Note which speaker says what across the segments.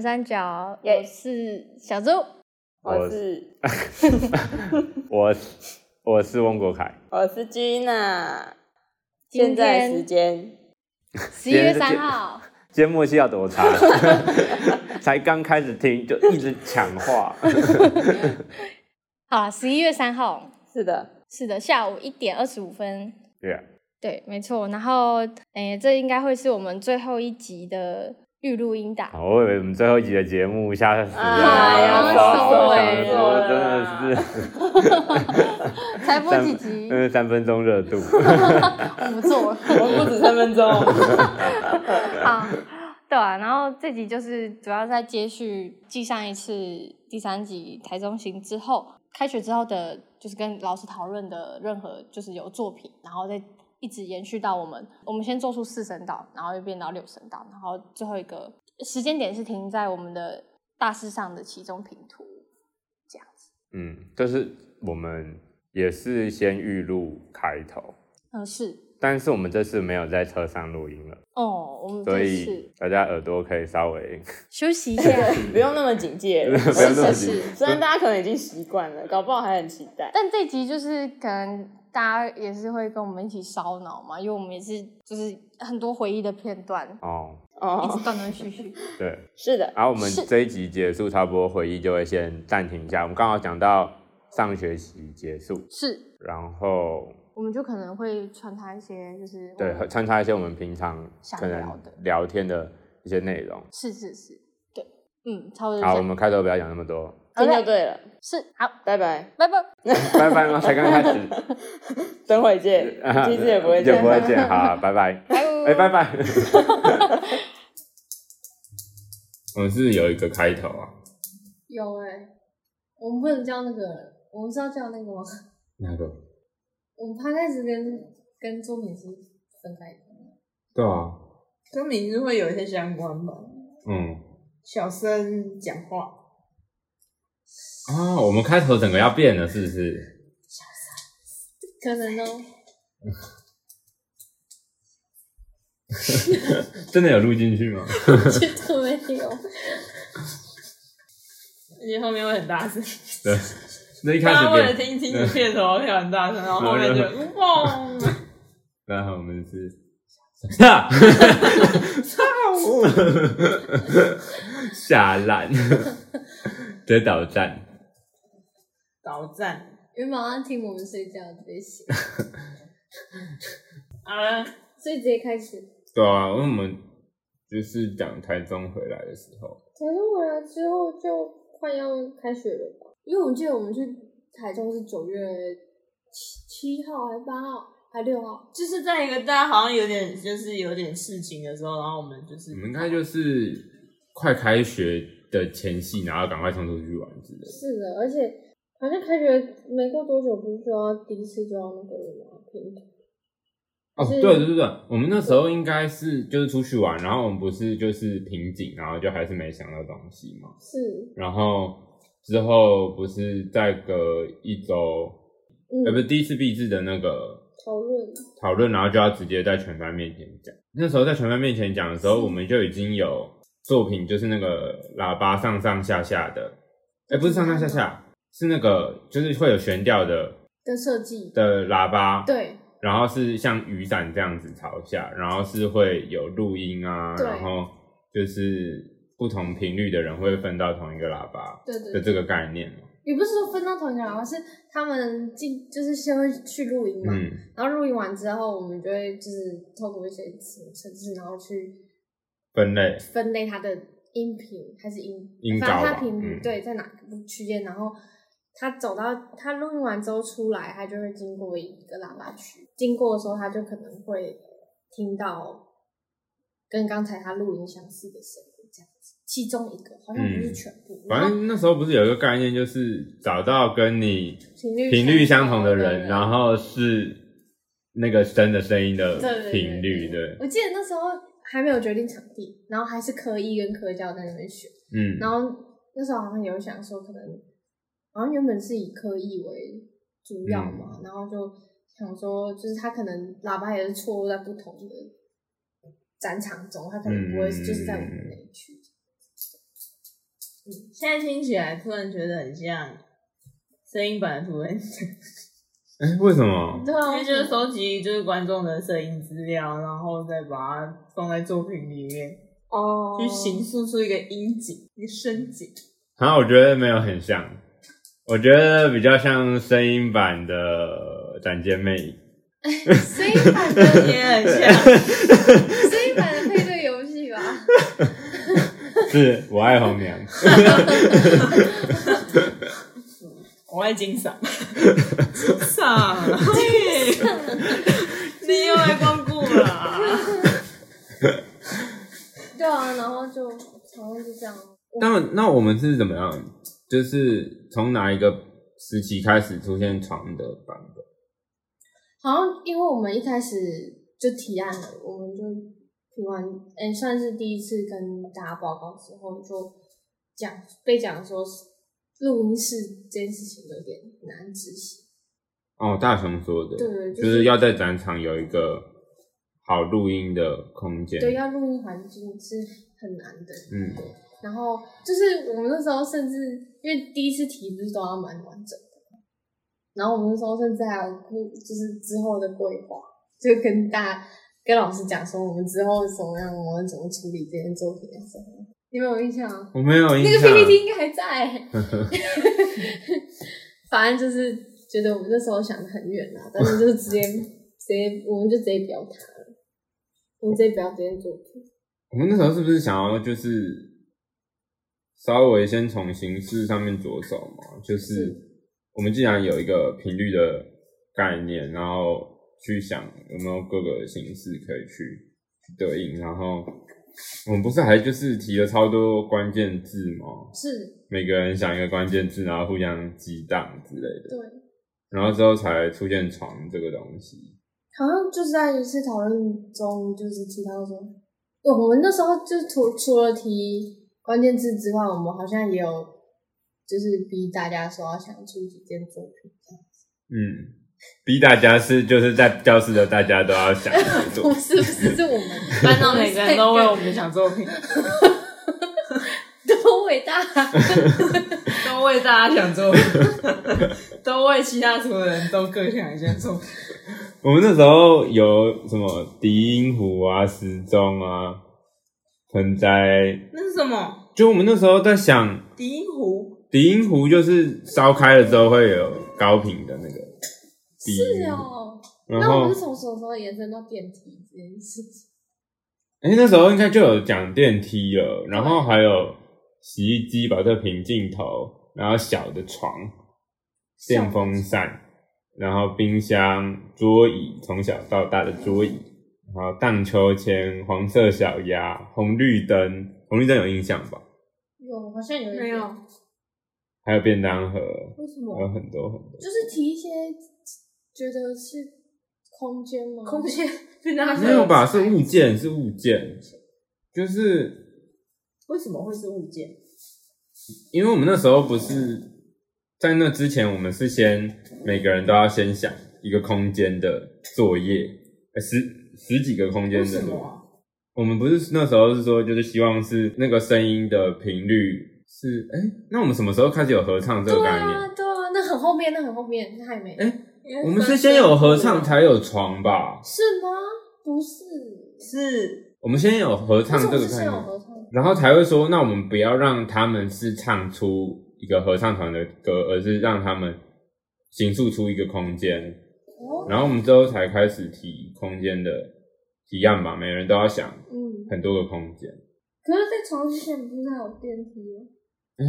Speaker 1: 三角，
Speaker 2: 耶
Speaker 1: 我是小周。
Speaker 2: 我
Speaker 3: 我
Speaker 2: 是
Speaker 3: 我我是翁国凯，
Speaker 2: 我是 Gina，
Speaker 1: 今
Speaker 2: 现在
Speaker 1: 天
Speaker 2: 时间
Speaker 1: 十一月三号，
Speaker 3: 今天默契要多长？ 才刚开始听就一直抢话，
Speaker 1: 好，十一月三号，
Speaker 2: 是 的，
Speaker 1: 是的，下午一点二十五分。
Speaker 3: 对啊，
Speaker 1: 对，没错。然后，诶、这应该会是我们最后一集的预录音档。
Speaker 3: 好我以为我们最后一集的节目下次
Speaker 2: 哎
Speaker 1: 呀收尾了
Speaker 3: 我真的是
Speaker 1: 才播几
Speaker 3: 三
Speaker 1: 集，
Speaker 3: 嗯三分钟热度，
Speaker 1: 我不做了。
Speaker 2: 我们不止三分钟，
Speaker 1: 好，对啊。然后这集就是主要在接续继上一次第三集台中行之后，开学之后的，就是跟老师讨论的任何就是有作品，然后再一直延续到我们，我们先做出四声道，然后又变到六声道，然后最后一个时间点是停在我们的大四上的其中平图，这样子。
Speaker 3: 嗯，就是我们也是先预录开头，
Speaker 1: 嗯，是。
Speaker 3: 但是我们这次没有在车上录音了，
Speaker 1: 哦，我们
Speaker 3: 所
Speaker 1: 这次
Speaker 3: 以大家耳朵可以稍微
Speaker 1: 休息一下，
Speaker 2: 不用那么警戒了，
Speaker 3: 不要那么
Speaker 1: 是
Speaker 3: 紧
Speaker 1: 是
Speaker 2: 虽然大家可能已经习惯了，搞不好还很期待。
Speaker 1: 但这集就是可能大家也是会跟我们一起烧脑嘛，因为我们也是就是很多回忆的片段，
Speaker 3: 哦，
Speaker 1: 一
Speaker 2: 哦
Speaker 1: 直，断断续续。
Speaker 3: 对。
Speaker 2: 是的，
Speaker 3: 然后我们
Speaker 1: 是
Speaker 3: 这一集结束，差不多回忆就会先暂停一下。我们刚好讲到上学期结束，
Speaker 1: 是，
Speaker 3: 然后
Speaker 1: 我们就可能会穿插一些就是我
Speaker 3: 对
Speaker 1: 们
Speaker 3: 穿插一些我们平常
Speaker 1: 想
Speaker 3: 可
Speaker 1: 聊
Speaker 3: 能
Speaker 1: 的
Speaker 3: 聊天的一些内容。
Speaker 1: 是是是，对，嗯，差不多就
Speaker 3: 好，我
Speaker 1: 这样。
Speaker 3: 们开头不要讲那么多，
Speaker 2: 听就
Speaker 1: OK，
Speaker 2: 对了，
Speaker 1: 是好，
Speaker 2: 拜拜，
Speaker 1: 拜拜。
Speaker 3: 拜拜吗？才刚开始，
Speaker 2: 等会见，其实也不会
Speaker 3: 啊就
Speaker 2: 见
Speaker 3: 不。会见，好，拜拜，哎， 拜拜。我们是有一个开头啊，
Speaker 1: 有哎、我们不能叫那个，我们是要叫那个吗？
Speaker 3: 那个？
Speaker 1: 我们 p 开始跟跟作品是分开的。
Speaker 3: 对啊，
Speaker 4: 跟名字会有一些相关吧。
Speaker 3: 嗯
Speaker 4: 小声讲话，
Speaker 3: 啊，我们开头整个要变了，是不是？
Speaker 1: 可能哦，
Speaker 3: 真的有录进去吗？
Speaker 1: 绝对没有。
Speaker 4: 而且后面会很大 声。
Speaker 3: 对，那一开
Speaker 4: 大
Speaker 3: 始
Speaker 4: 家为了
Speaker 3: 变。
Speaker 4: 听清楚片头会很大声，然后后 面就哦 哇，
Speaker 3: 然后我们是 操，下烂，得导站，
Speaker 4: 导赞。
Speaker 1: 原本要听我们睡觉直接醒，
Speaker 4: 好了，
Speaker 1: 所以直接开始。
Speaker 3: 对啊，因为我们就是讲台中回来的时候，
Speaker 1: 台中回来之后就快要开学了吧？因为我记得我们去台中是九月七七号还八号还六号，
Speaker 4: 就是在一个大家好像有点就是有点事情的时候，然后我们就是
Speaker 3: 你们应该就是快开学的前夕，然后赶快冲出去玩之类的。
Speaker 1: 是的，而且好像开学没过多久，不是就要第一次就要那个了吗？平台
Speaker 3: 哦，
Speaker 1: 是
Speaker 3: 对对对，对我们那时候应该是就是出去玩，然后我们不是就是瓶颈，然后就还是没想到东西嘛。
Speaker 1: 是，
Speaker 3: 然后之后不是再隔一周，呃，
Speaker 1: 嗯，
Speaker 3: 不是第一次毕制的那个
Speaker 1: 讨论
Speaker 3: 讨论，然后就要直接在全班面前讲。那时候在全班面前讲的时候，
Speaker 1: 是
Speaker 3: 我们就已经有作品，就是那个喇叭上上下下的，哎、不是上上下下，是那个就是会有悬吊的
Speaker 1: 的设计，
Speaker 3: 的喇叭，，
Speaker 1: 对，
Speaker 3: 然后是像雨伞这样子朝下，然后是会有录音啊，
Speaker 1: 对
Speaker 3: 然后就是不同频率的人会分到同一个喇叭
Speaker 1: 对
Speaker 3: 的
Speaker 1: 对
Speaker 3: 这
Speaker 1: 对，
Speaker 3: 个概念嘛，
Speaker 1: 也不是说分到同一个喇叭，是他们进就是先会去露营嘛，
Speaker 3: 嗯。
Speaker 1: 然后录音完之后，我们就会就是透过一些程式，然后去
Speaker 3: 分类，
Speaker 1: 分类它的音频还是音，
Speaker 3: 音高
Speaker 1: 反
Speaker 3: 吧
Speaker 1: 正它频率、
Speaker 3: 嗯
Speaker 1: 对在哪个区间，然后它走到它录音完之后出来，它就会经过一个喇叭区，经过的时候，它就可能会听到跟刚才它录音相似的声音，这样子，其中一个好像不是
Speaker 3: 嗯
Speaker 1: 全部，
Speaker 3: 反
Speaker 1: 然后
Speaker 3: 正那时候不是有一个概念，就是找到跟你
Speaker 1: 频率
Speaker 3: 频率相同的人，
Speaker 1: 人
Speaker 3: 然后是那个真的声音的
Speaker 1: 对对对
Speaker 3: 频率，对，
Speaker 1: 我记得那时候还没有决定场地，然后还是科一跟科教在那边选。
Speaker 3: 嗯，
Speaker 1: 然后那时候好像有想说，可能好像原本是以科艺为主要嘛，然后就想说，就是他可能喇叭也是错落在不同的战场中，他可能不会
Speaker 3: 嗯
Speaker 4: 嗯
Speaker 1: 就是在我们那一区。
Speaker 4: 现在听起来突然觉得很像声音版的图文，
Speaker 3: 哎、为什么？
Speaker 4: 对啊，因为就是收集就是观众的声音资料，然后再把它放在作品里面，
Speaker 1: 哦
Speaker 4: 去形塑出一个音景，一个声 景。
Speaker 3: 好像我觉得没有很像，我觉得比较像声音版的展间魅影。
Speaker 1: 声音版的
Speaker 4: 也很 像，
Speaker 1: 声音版的配对游戏吧。
Speaker 3: 是我爱红 娘，
Speaker 4: 我爱金赏，金 赏，嘿你又来光顾 了。
Speaker 1: 对啊，然后就常会是这样。
Speaker 3: 那那我们是怎么样？就是从哪一个时期开始出现床的版本？
Speaker 1: 好像因为我们一开始就提案了，我们就提完，哎、算是第一次跟大家报告之后，就讲被讲说录音室这件事情有点难执行。
Speaker 3: 哦，大雄说的，
Speaker 1: 对就是
Speaker 3: 就是要在展场有一个好录音的空间。
Speaker 1: 对，要录音环境是很难的。
Speaker 3: 嗯，
Speaker 1: 然后就是我们那时候甚至因为第一次题不是都要蛮完整的吗，然后我们那时候甚至还有就是之后的规划，就跟大跟老师讲说我们之后怎么样，我们怎么处理这件作品的时候，你们有印象吗？
Speaker 3: 我没有印
Speaker 1: 那个
Speaker 3: 象。啊
Speaker 1: PPT 应该还在。 反正就是觉得我们那时候想的很远啊，但是就是直接直接我们就直接表达了，我们直接表达这件作品。
Speaker 3: 我们那时候是不是想要就是稍微先从形式上面着手嘛？就是我们既然有一个频率的概念，然后去想有没有各个形式可以去对应，然后我们不是还就是提了超多关键字吗？
Speaker 1: 是
Speaker 3: 每个人想一个关键字，然后互相激荡之类的，
Speaker 1: 对。
Speaker 3: 然后之后才出现床这个东西。
Speaker 1: 好像就是在一次讨论中，就是提到说，对我们那时候就是除除了提关键字之外，我们好像也有就是逼大家说要想出几件作品这样。
Speaker 3: 嗯，逼大家是就是在教室的大家都要想着做
Speaker 1: 不哦是不是，是我们
Speaker 4: 班上每个人都为我们想作品，
Speaker 1: 多伟大，
Speaker 4: 都为大家想作品， 都为其他所有人都各想一件作品。
Speaker 3: 我们那时候有什么笛音虎啊、时钟啊、盆栽，
Speaker 4: 那是什么？
Speaker 3: 就我们那时候在想，
Speaker 4: 笛音壶？
Speaker 3: 笛音虎就是烧开了之后会有高频的那个笛音
Speaker 1: 是
Speaker 3: 壶，
Speaker 1: 哦。
Speaker 3: 然
Speaker 1: 那我
Speaker 3: 后
Speaker 1: 们是从什么时候延伸到电梯这件事情？
Speaker 3: 哎、那时候应该就有讲电梯了，然后还有洗衣机把这个平镜头，然后小的床、电风扇，然后冰箱、桌椅，从小到大的桌椅，然后荡秋千、黄色小鸭、红绿灯，红绿灯有印象吧？
Speaker 1: 有好像有一
Speaker 4: 没有
Speaker 1: 点
Speaker 3: 还有便当盒，
Speaker 1: 为什
Speaker 3: 还有
Speaker 1: 么？
Speaker 3: 很多很多。
Speaker 1: 就是提一些觉得是空间吗？
Speaker 4: 空间被大家
Speaker 3: 没有吧？是物件，是物件，就是
Speaker 4: 为什么会是物件？
Speaker 3: 因为我们那时候不是在那之前，我们是先每个人都要先想一个空间的作业，呃十十几个空间
Speaker 4: 为
Speaker 3: 的
Speaker 4: 什。么啊？
Speaker 3: 我们不是那时候是说，就是希望是那个声音的频率是哎、那我们什么时候开始有合唱这个
Speaker 1: 对
Speaker 3: 概念？
Speaker 1: 啊对啊，那很后面，那很后面，那还没。
Speaker 3: 我们是先有合唱才有床吧？
Speaker 1: 是吗？不是，
Speaker 4: 是
Speaker 3: 我们先有合唱
Speaker 1: 但是
Speaker 3: 这
Speaker 1: 我
Speaker 3: 个
Speaker 1: 是
Speaker 3: 概
Speaker 1: 先有
Speaker 3: 念，
Speaker 1: 合唱，
Speaker 3: 然后才会说，那我们不要让他们是唱出一个合唱团的歌，而是让他们形塑出一个空间，
Speaker 1: 哦，
Speaker 3: 然后我们之后才开始提空间的提案嘛，每人都要想
Speaker 1: 嗯。
Speaker 3: 很多个空间。
Speaker 1: 可是，在床之前不是还有电梯吗？
Speaker 3: 哎、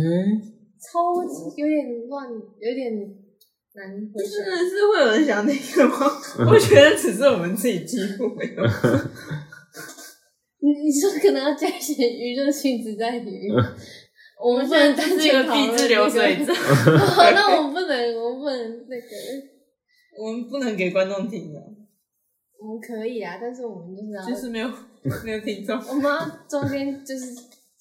Speaker 1: 超级有点乱，有点难回
Speaker 4: 真
Speaker 1: 想。
Speaker 4: 的是会有人想听的吗？
Speaker 3: 嗯
Speaker 4: 我觉得只是我们自己几乎没有。
Speaker 1: 你你说可能要加一些娱乐性质在里面。我
Speaker 4: 我
Speaker 1: 们不能单
Speaker 4: 是一
Speaker 1: 纯
Speaker 4: 个
Speaker 1: 讨论
Speaker 4: 币制 流水账，
Speaker 1: 那个哦那我们不能，我们不能那个，
Speaker 4: 我们不能给观众听 的，
Speaker 1: 我们可以啊，但是我们就是要，
Speaker 4: 就是没有没有听众。
Speaker 1: 我们要中间就是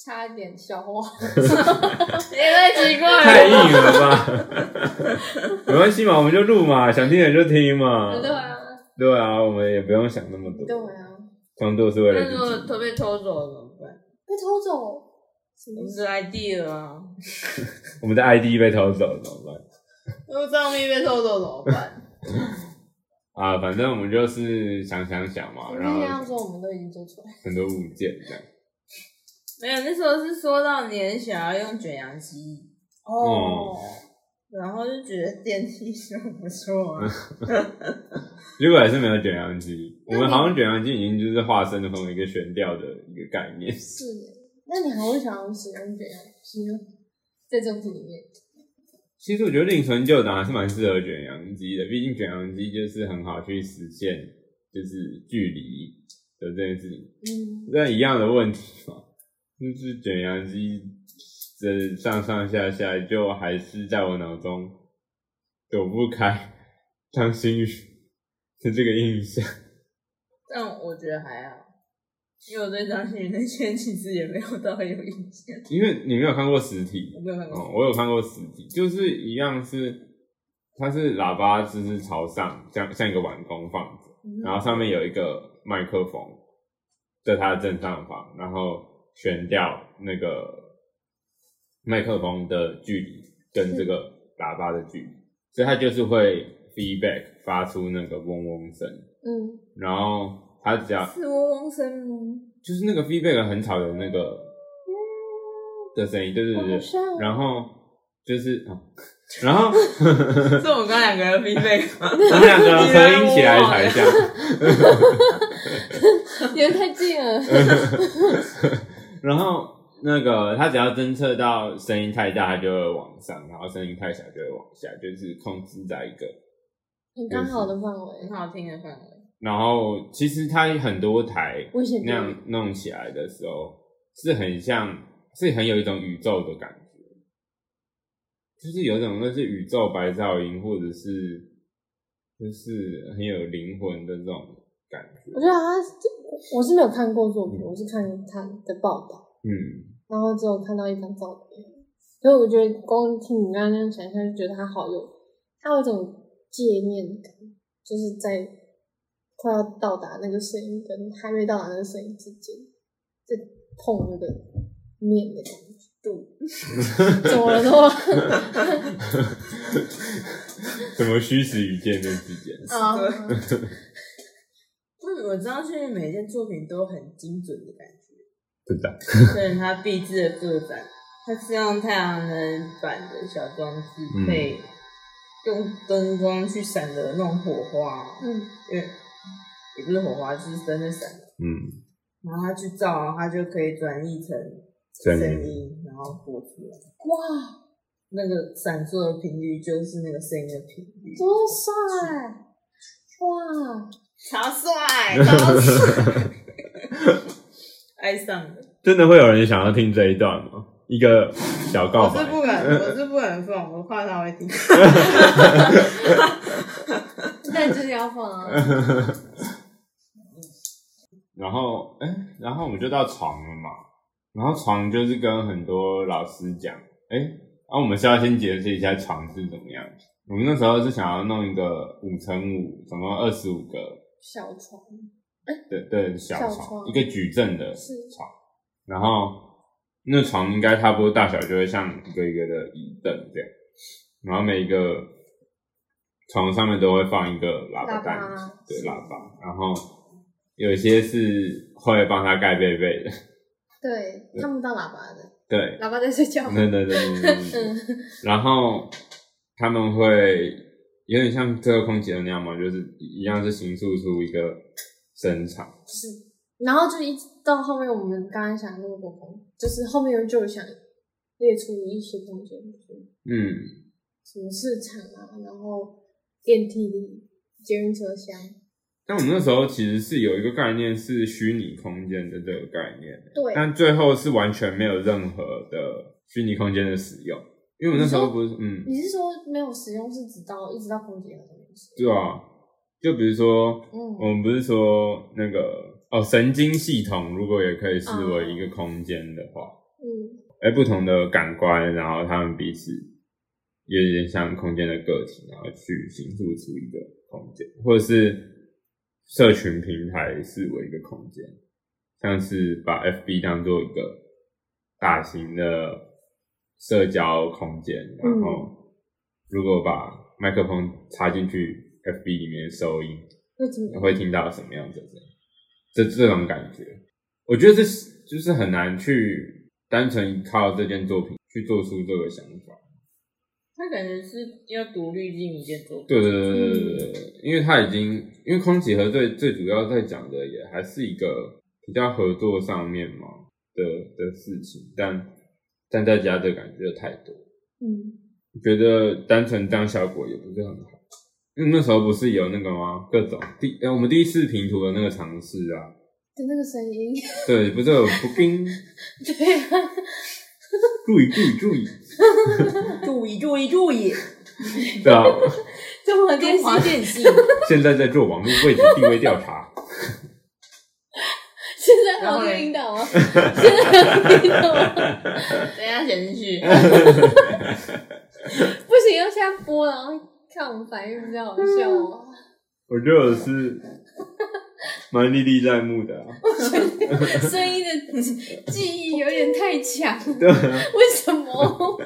Speaker 1: 插一点笑话。
Speaker 4: 也哎太奇怪
Speaker 3: 太硬了吧？ 没关系嘛，我们就录嘛，想听的就听嘛。
Speaker 1: 对啊，
Speaker 3: 对啊，我们也不用想那么
Speaker 1: 对
Speaker 3: 多，
Speaker 1: 啊，
Speaker 3: 创作是为了
Speaker 4: 那如果
Speaker 3: 自己。
Speaker 4: 被偷走了怎么办？
Speaker 1: 被偷走
Speaker 4: 我们是 idea 啊，
Speaker 3: 我们的 ID 被偷走了怎么办？
Speaker 4: 那账密被偷走怎么办？
Speaker 3: 啊，反正我们就是想想想嘛，啊然
Speaker 4: 那样
Speaker 3: 后
Speaker 4: 说我们都已经做出来。
Speaker 3: 很多物件这样。
Speaker 4: 没有，那时候是说到你很想要用卷扬机，
Speaker 3: 哦
Speaker 4: 然后就觉得电梯是不错啊。
Speaker 3: 结果还是没有卷扬机，我
Speaker 4: 你
Speaker 3: 们好像卷扬机已经就是化身成为一个悬吊的一个概念。
Speaker 4: 是，那你还会想要使用卷扬机呢？在政府里面，
Speaker 3: 其实我觉得另存旧档还是蛮适合卷扬机的，毕竟卷扬机就是很好去实现就是距离的这件事情。
Speaker 4: 嗯，
Speaker 3: 但一样的问题嘛，就是卷扬机这上上下下就还是在我脑中躲不开张馨予的这个印象。
Speaker 4: 但我觉得还好，因为我对张馨予那些其实也没有到很有印象，
Speaker 3: 因为你没有看过实体
Speaker 4: 我，没有看过。
Speaker 3: 哦，我有看过实体，就是一样是，它是喇叭就是朝上，像像一个碗弓放着，
Speaker 1: 嗯
Speaker 3: 然后上面有一个麦克风，在它的正上方，然后悬吊那个麦克风的距离跟这个喇叭的距离，所以它就是会 feedback 发出那个嗡嗡声，
Speaker 1: 嗯，
Speaker 3: 然后它只要
Speaker 4: 是嗡嗡声吗？
Speaker 3: 就是那个 feedback 很吵的那个的声音，对对对，对然后就是，哦然后
Speaker 4: 是我们刚两个人必备吗？
Speaker 3: 我们两个人合音起来才像，
Speaker 1: 因为太近了，
Speaker 3: 然后那个它只要侦测到声音太大，它就会往上；然后声音太小就会往下，就是控制在一个。
Speaker 1: 很刚好的范围
Speaker 4: 很。好听的范围，
Speaker 3: 然后其实它很多台
Speaker 1: 危险
Speaker 3: 那样弄起来的时候，是很像，是很有一种宇宙的感觉，就是有一种那是宇宙白噪音，或者是就是很有灵魂的这种感觉
Speaker 1: 我。觉得他，我是没有看过作品，我是看他的报道，
Speaker 3: 嗯，
Speaker 1: 然后只有看到一张照片，所以我觉得光听你刚刚那样想象，就觉得他好有，他有一种界面感，就是在快要到达那个声音跟还没到达那个声音之间，在碰那个面的感觉。度怎么了？怎么了？
Speaker 3: 什么虚实与见证之间？
Speaker 1: 啊
Speaker 4: 为我知道是因为每件作品都很精准的感觉，
Speaker 3: 不知道。
Speaker 4: 所以它壁纸的做展，它是用太阳能板的小装置
Speaker 3: 嗯
Speaker 4: 配用灯光去闪的那种火花，
Speaker 1: 嗯，
Speaker 4: 因为也不是火花，就是真的闪，
Speaker 3: 嗯，
Speaker 4: 然后它去照，然后它就可以转译成
Speaker 3: 声
Speaker 4: 声
Speaker 3: 音。
Speaker 4: 音，然后播出来。
Speaker 1: 哇，
Speaker 4: 那个闪烁的频率就是那个声音的频率，
Speaker 1: 多帅！哇，
Speaker 4: 超帅，超帅，爱上了。
Speaker 3: 真的会有人想要听这一段吗？一个小告
Speaker 4: 我
Speaker 3: 白
Speaker 4: 是。 不敢，我是不敢放，我怕他会听。
Speaker 1: 那就是要放啊！
Speaker 3: 然后，哎、然后我们就到床了嘛。然后床就是跟很多老师讲，哎、然、后我们是要先解释一下床是怎么样。我们那时候是想要弄一个五乘五，总共二十五个
Speaker 1: 小床
Speaker 3: 的对小
Speaker 1: 小
Speaker 3: 床，
Speaker 1: 床
Speaker 3: 一个矩阵的
Speaker 1: 是
Speaker 3: 床。然后那床应该差不多大小，就会像一个一个的椅凳这样。然后每一个床上面都会放一个喇叭
Speaker 1: 喇
Speaker 3: 蛋，
Speaker 1: 叭
Speaker 3: 对喇叭。然后有些是会帮他盖被被的，
Speaker 1: 对，看不到喇叭的，
Speaker 3: 对，
Speaker 1: 喇叭在睡觉。嗯
Speaker 3: 对对对对 对对。然后他们会有点像这个空姐的那样嘛，就是一样是形塑出一个声场。
Speaker 1: 然后就一直到后面，我们刚刚想的那么多空，就是后面就想列出一些空间，
Speaker 3: 嗯，
Speaker 1: 什么市场啊，然后电梯里、捷运车厢，
Speaker 3: 那我们那时候其实是有一个概念是虚拟空间的这个概念，
Speaker 1: 对，
Speaker 3: 但最后是完全没有任何的虚拟空间的使用，因为我那时候不是嗯，
Speaker 1: 你是说没有使用是直到一直到空姐的东西？
Speaker 3: 对啊，哦就比如说
Speaker 1: 嗯，
Speaker 3: 我们不是说那个哦，神经系统如果也可以视为一个空间的话，
Speaker 1: 嗯，
Speaker 3: 哎、不同的感官，然后他们彼此有点像空间的个体，然后去形塑出一个空间，或者是社群平台视为一个空间，像是把 FB 当做一个大型的社交空间，然后如果把麦克风插进去 FB 里面的收音，
Speaker 4: 会怎么？
Speaker 3: 会听到什么样子的声音？这这种感觉，我觉得这是就是很难去单纯靠这件作品去做出这个想法。
Speaker 4: 他感觉是要独立进一件作品，
Speaker 3: 对对对对对对对，因为他已经，因为空气合最最主要在讲的也还是一个比较合作上面嘛的的事情，但但在家的感觉就太多，
Speaker 4: 嗯，
Speaker 3: 觉得单纯这样效果也不是很好。因为那时候不是有那个吗？各种第、呃我们第一次平图的那个尝试啊，
Speaker 1: 就那个声音，
Speaker 3: 对，不是有不跟
Speaker 1: 对啊，
Speaker 3: 注意注意注意，
Speaker 4: 注意注意注 意，
Speaker 3: 对啊，
Speaker 1: 中华电
Speaker 4: 中华
Speaker 1: 信
Speaker 4: 电信
Speaker 3: 现在在做网络位置定位调查，
Speaker 1: 现在
Speaker 4: 然
Speaker 1: 还
Speaker 4: 后
Speaker 1: 有这
Speaker 4: 嘞
Speaker 1: 个引导吗？现在还有这个引导吗？
Speaker 4: 等一下写进去，
Speaker 1: 不行，要现在播，然后看我们反应，比较好笑哦。
Speaker 3: 我觉得我是蛮历历在目的、啊。
Speaker 1: 声音的记忆有点太强，
Speaker 3: 对啊，
Speaker 1: 为什 么？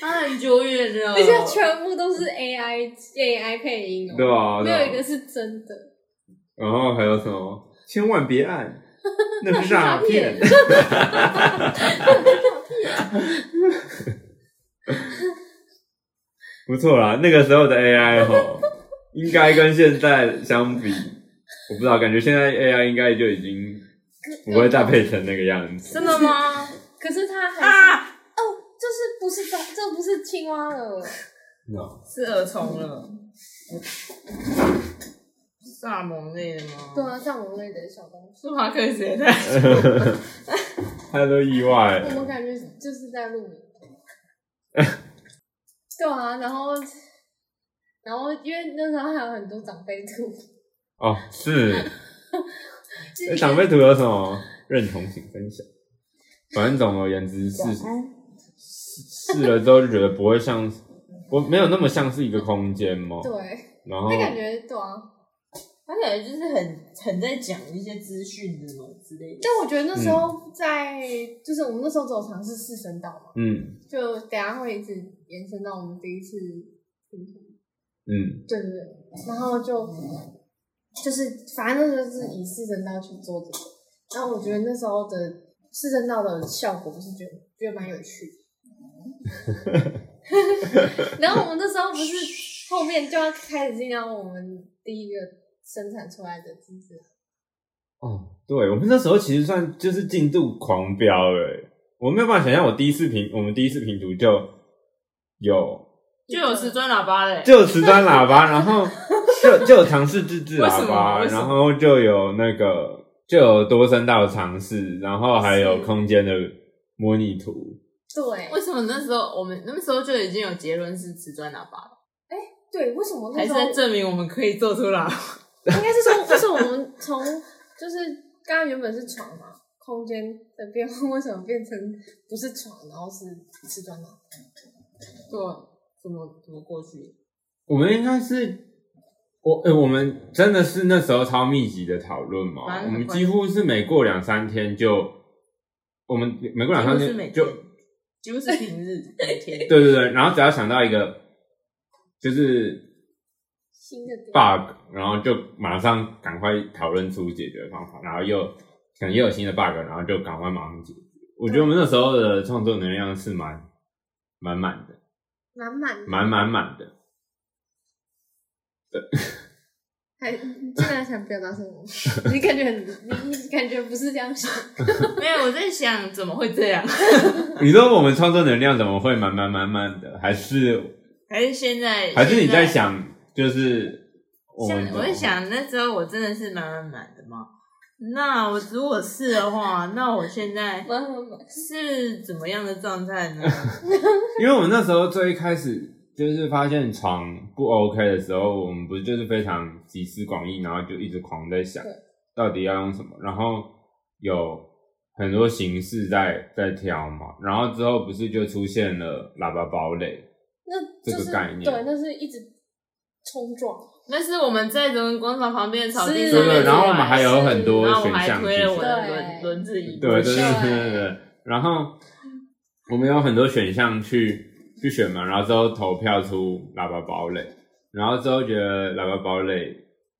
Speaker 4: 他很久远了，
Speaker 1: 而且全部都是 AI AI 配音哦，
Speaker 3: 对啊，
Speaker 1: 没有一个是真的。
Speaker 3: 然后还有什么？千万别 按，那是诈骗。 不错啦，那个时候的 AI 吼，应该跟现在相比，我不知道，感觉现在 AI 应该就已经不会再配成那个样 子。
Speaker 4: 真的吗？
Speaker 1: 可是它还是、
Speaker 4: 啊，
Speaker 1: 哦，就是不是这这不是青蛙了，啊
Speaker 3: No，
Speaker 4: 是耳虫了，萨蒙类的吗？
Speaker 1: 对啊，像我们类的小东西，
Speaker 4: 是华克谁的？
Speaker 3: 太多意外
Speaker 1: 我们
Speaker 3: 了。
Speaker 1: 感觉就是在录 影。对啊，然后然后因为那时候还有很多长辈图，
Speaker 3: 哦，是。诶长辈图有什么认同请分享？反正总而言之是试试了之后就觉得不会像，我没有那么像是一个空间嘛。
Speaker 1: 对，
Speaker 3: 然后
Speaker 1: 那感觉对啊。
Speaker 4: 他感觉就是很很在讲一些资讯什么之类的。
Speaker 1: 但我觉得那时候在，就是我们那时候走尝试四声道嘛，
Speaker 3: 嗯
Speaker 1: 就等一下会一直延伸到我们第一次听图，
Speaker 3: 嗯
Speaker 1: 对对对，然后就就是反正就是以四声道去做这个，然后我觉得那时候的四声道的效果，我是觉得觉得蛮有趣的。 然后我们那时候不是后面就要开始进到我们第一个生产出来的机制，
Speaker 3: 哦，对我们那时候其实算就是进度狂飙了欸，我没有办法想象我第一次评我们第一次评图就有
Speaker 4: 就有瓷砖喇叭嘞，
Speaker 3: 就有瓷砖喇叭，然后就 就有尝试自制
Speaker 4: 为
Speaker 3: 喇
Speaker 4: 什么
Speaker 3: 叭，
Speaker 4: 为什么
Speaker 3: 然后就有那个就有多声道尝试，然后还有
Speaker 1: 是
Speaker 3: 空间的模拟图。
Speaker 1: 对
Speaker 4: 为什么那时候我们那时候就已经有结论是瓷砖喇叭了？
Speaker 1: 对，为什么那
Speaker 4: 还
Speaker 1: 时
Speaker 4: 是
Speaker 1: 候
Speaker 4: 在证明我们可以做出喇叭？
Speaker 1: 应该是说， 就是我们从就是刚刚原本是床嘛，空间的变化为什么变成不是床，然后是瓷砖呢？
Speaker 4: 对，啊怎么怎么过去？
Speaker 3: 我们应该是我诶、我们真的是那时候超密集的讨论嘛
Speaker 4: 反，正
Speaker 3: 我
Speaker 4: 很
Speaker 3: 们
Speaker 4: 快
Speaker 3: 几乎是每过两三天就，我们每过两
Speaker 4: 几
Speaker 3: 三
Speaker 4: 乎是每
Speaker 3: 天
Speaker 4: 天
Speaker 3: 就，
Speaker 4: 几乎是平日每天。
Speaker 3: 对对对，然后只要想到一个就是
Speaker 1: 新的点
Speaker 3: bug，然后就马上赶快讨论出解决方法，然后又可能又有新的 bug，然后就赶快马上解决。我觉得我们那时候的创作能量是蛮满满的，
Speaker 1: 满满
Speaker 3: 满满满的。
Speaker 1: 还你竟然想表达什么？你感觉很你你感觉不是这样 想？
Speaker 4: 没有，我在想怎么会这样？
Speaker 3: 你说我们创作能量怎么会满满满满的？还是
Speaker 4: 还是现在？
Speaker 3: 还是你在
Speaker 4: 现
Speaker 3: 想，就是我
Speaker 4: 像
Speaker 3: 们
Speaker 4: 我在想那时候我真的是满满满的吗？那我如果是的话，那我现在
Speaker 1: 满满满
Speaker 4: 是怎么样的状态呢？
Speaker 3: 因为我们那时候最一开始就是发现床不 OK 的时候，我们不是就是非常集思广益，然后就一直狂在想
Speaker 1: 对
Speaker 3: 到底要用什么，然后有很多形式在在挑嘛，然后之后不是就出现了喇叭堡垒，
Speaker 1: 那就是
Speaker 3: 这个概念
Speaker 1: 对，那是一直冲撞，
Speaker 4: 那是我们在人文广场旁边的草地
Speaker 5: 是
Speaker 4: 上面
Speaker 3: 对
Speaker 4: 出来
Speaker 3: 对，
Speaker 4: 的，
Speaker 3: 然后我们还有很多
Speaker 4: 然后我
Speaker 3: 选
Speaker 4: 还
Speaker 3: 项
Speaker 4: 推了我
Speaker 3: 去
Speaker 4: 的
Speaker 5: 对
Speaker 4: 轮轮子椅，
Speaker 3: 对对对
Speaker 5: 对
Speaker 1: 哎
Speaker 3: 对对。然后我们有很多选项去去选嘛，然后之后投票出喇叭堡垒，然后之后觉得喇叭堡垒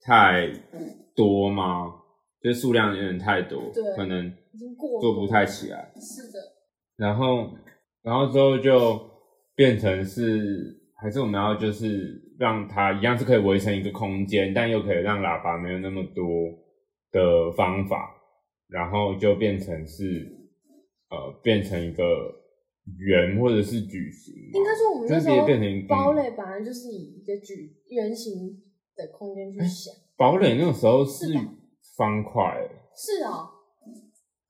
Speaker 3: 太多吗？就是数量有点太多
Speaker 1: 对，
Speaker 3: 可能
Speaker 1: 已经过
Speaker 3: 做不太起来。
Speaker 1: 是的，
Speaker 3: 然后，然后之后就变成是，还是我们要就是让它一样是可以围成一个空间，但又可以让喇叭没有那么多的方法，然后就变成是，呃，变成一个圆或者是矩形嘛，
Speaker 1: 应该说我们
Speaker 3: 就
Speaker 1: 那
Speaker 3: 是
Speaker 1: 时
Speaker 3: 别
Speaker 1: 候
Speaker 3: 变成
Speaker 1: 堡
Speaker 3: 嗯
Speaker 1: 垒本来就是以一个矩圆形的空间去想，
Speaker 3: 堡垒那个时候是
Speaker 1: 是的
Speaker 3: 方块，欸
Speaker 1: 是啊，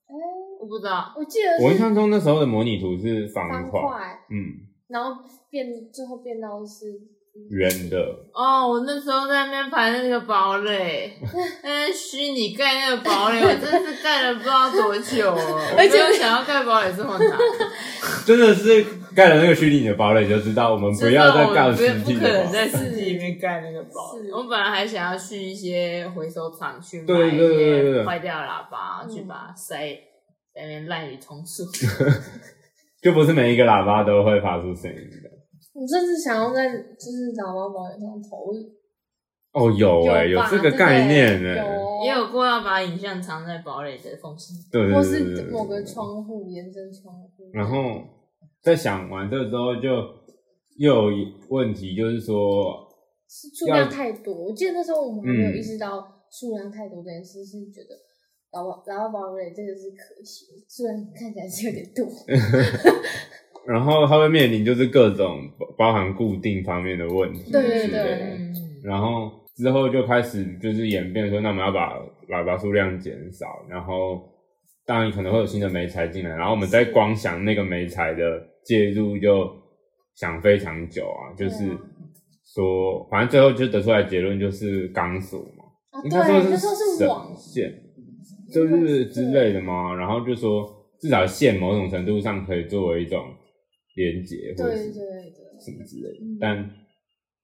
Speaker 1: 哎，
Speaker 4: 我不知道，
Speaker 1: 我记得
Speaker 3: 我印
Speaker 1: 是
Speaker 3: 象中那时候的模拟图是方
Speaker 1: 方
Speaker 3: 块，
Speaker 1: 块，
Speaker 3: 嗯，
Speaker 1: 然后变最后变到是
Speaker 3: 圆的，
Speaker 4: 哦，我那时候在那边排那个堡垒，嗯，虚拟盖那个堡垒，我真是盖了不知道多久哦，我没
Speaker 2: 而且
Speaker 4: 有想要盖堡垒这么难，
Speaker 3: 真的是盖了那个虚拟的堡垒就知道，我们不要再盖
Speaker 4: 知道我
Speaker 3: 实
Speaker 4: 们不
Speaker 3: 体
Speaker 4: 不可
Speaker 3: 的
Speaker 4: 能
Speaker 3: 堡垒。
Speaker 4: 在实体里面盖那个堡垒。
Speaker 1: 是
Speaker 4: 我本来还想要去一些回收厂去买
Speaker 3: 对
Speaker 4: 一
Speaker 3: 对对对
Speaker 4: 些
Speaker 3: 对
Speaker 4: 坏掉的喇叭，
Speaker 1: 嗯
Speaker 4: 去把它塞在那边滥竽充 数。
Speaker 3: 就不是每一个喇叭都会发出声音的。
Speaker 1: 你这次想要在就是打包堡垒上投影，
Speaker 3: 哦，有哎、有
Speaker 1: 吧
Speaker 3: 这个概念欸呢、
Speaker 1: 对不对
Speaker 4: 也
Speaker 1: 有哦，
Speaker 4: 有过要把影像藏在堡垒的缝隙。
Speaker 3: 对对
Speaker 1: 或
Speaker 3: 对对
Speaker 1: 是
Speaker 3: 对。
Speaker 1: 某个窗户延伸窗户，
Speaker 3: 嗯然后在想完这之后，就又有一问题，就是说，
Speaker 1: 是数量
Speaker 3: 要
Speaker 1: 太多。我记得那时候我们还没有
Speaker 3: 嗯
Speaker 1: 意识到数量太多这件事，是觉得老宝老堡垒这个是可惜，虽然看起来是有点多，
Speaker 3: 然后它会面临就是各种包包含固定方面的问题。
Speaker 1: 对对
Speaker 3: 是的
Speaker 1: 对，
Speaker 4: 嗯，
Speaker 3: 然后之后就开始就是演变说，那我们要把喇叭数量减少，然后当然可能会有新的媒材进来，然后我们在光想那个媒材的介入就想非常久啊， 就是
Speaker 1: 对啊
Speaker 3: 说，反正最后就得出来结论就是钢索嘛，
Speaker 1: 啊
Speaker 3: 应该说
Speaker 1: 对，那时候是
Speaker 3: 绳
Speaker 1: 网，
Speaker 3: 线，就是之类的嘛，然后就说至少线某种程度上可以作为一种连接或
Speaker 1: 对对
Speaker 3: 者是
Speaker 1: 对对，
Speaker 3: 什么之类的。
Speaker 1: 嗯
Speaker 3: 但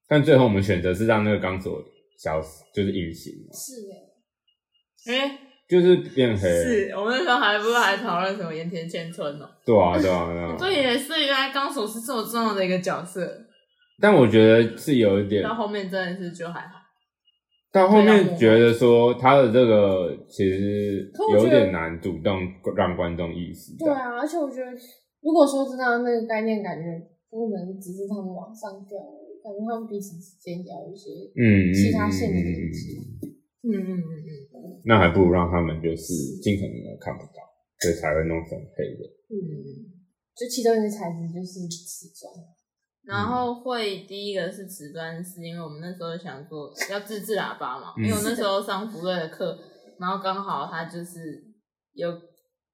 Speaker 3: 但最后我们选择是让那个钢索消失，就是隐形嘛，
Speaker 1: 是欸的，
Speaker 4: 哎，
Speaker 3: 就是变黑。
Speaker 4: 是我们那时候还不是还讨论什么盐田千春哦？
Speaker 3: 对啊，对啊，对啊。
Speaker 4: 对耶， 所以原来钢手是这么重要的一个角色。
Speaker 3: 但我觉得是有一点，
Speaker 4: 到后面真的是就还好，
Speaker 3: 到后面觉得说他的这个其实
Speaker 1: 可我
Speaker 3: 有
Speaker 1: 觉得
Speaker 3: 点难主动让观众意识
Speaker 1: 对
Speaker 3: 到。
Speaker 1: 啊，而且我觉得如果说真的那个概念，感觉不能只是他们往上掉而已，感觉他们彼此之间也要有一些
Speaker 3: 嗯，嗯
Speaker 1: 其
Speaker 3: 嗯
Speaker 1: 他
Speaker 3: 嗯
Speaker 1: 线的
Speaker 3: 嗯
Speaker 1: 连
Speaker 3: 嗯
Speaker 1: 接。
Speaker 4: 嗯嗯嗯嗯，
Speaker 3: 那还不如让他们就是尽可能的看不到，所以才会弄成黑的。
Speaker 1: 嗯，就其中一个材质就是瓷砖，
Speaker 4: 然后会第一个是瓷砖，是因为我们那时候想做要自制喇叭嘛，
Speaker 3: 嗯
Speaker 4: 因为我那时候上福瑞的课，然后刚好他就是有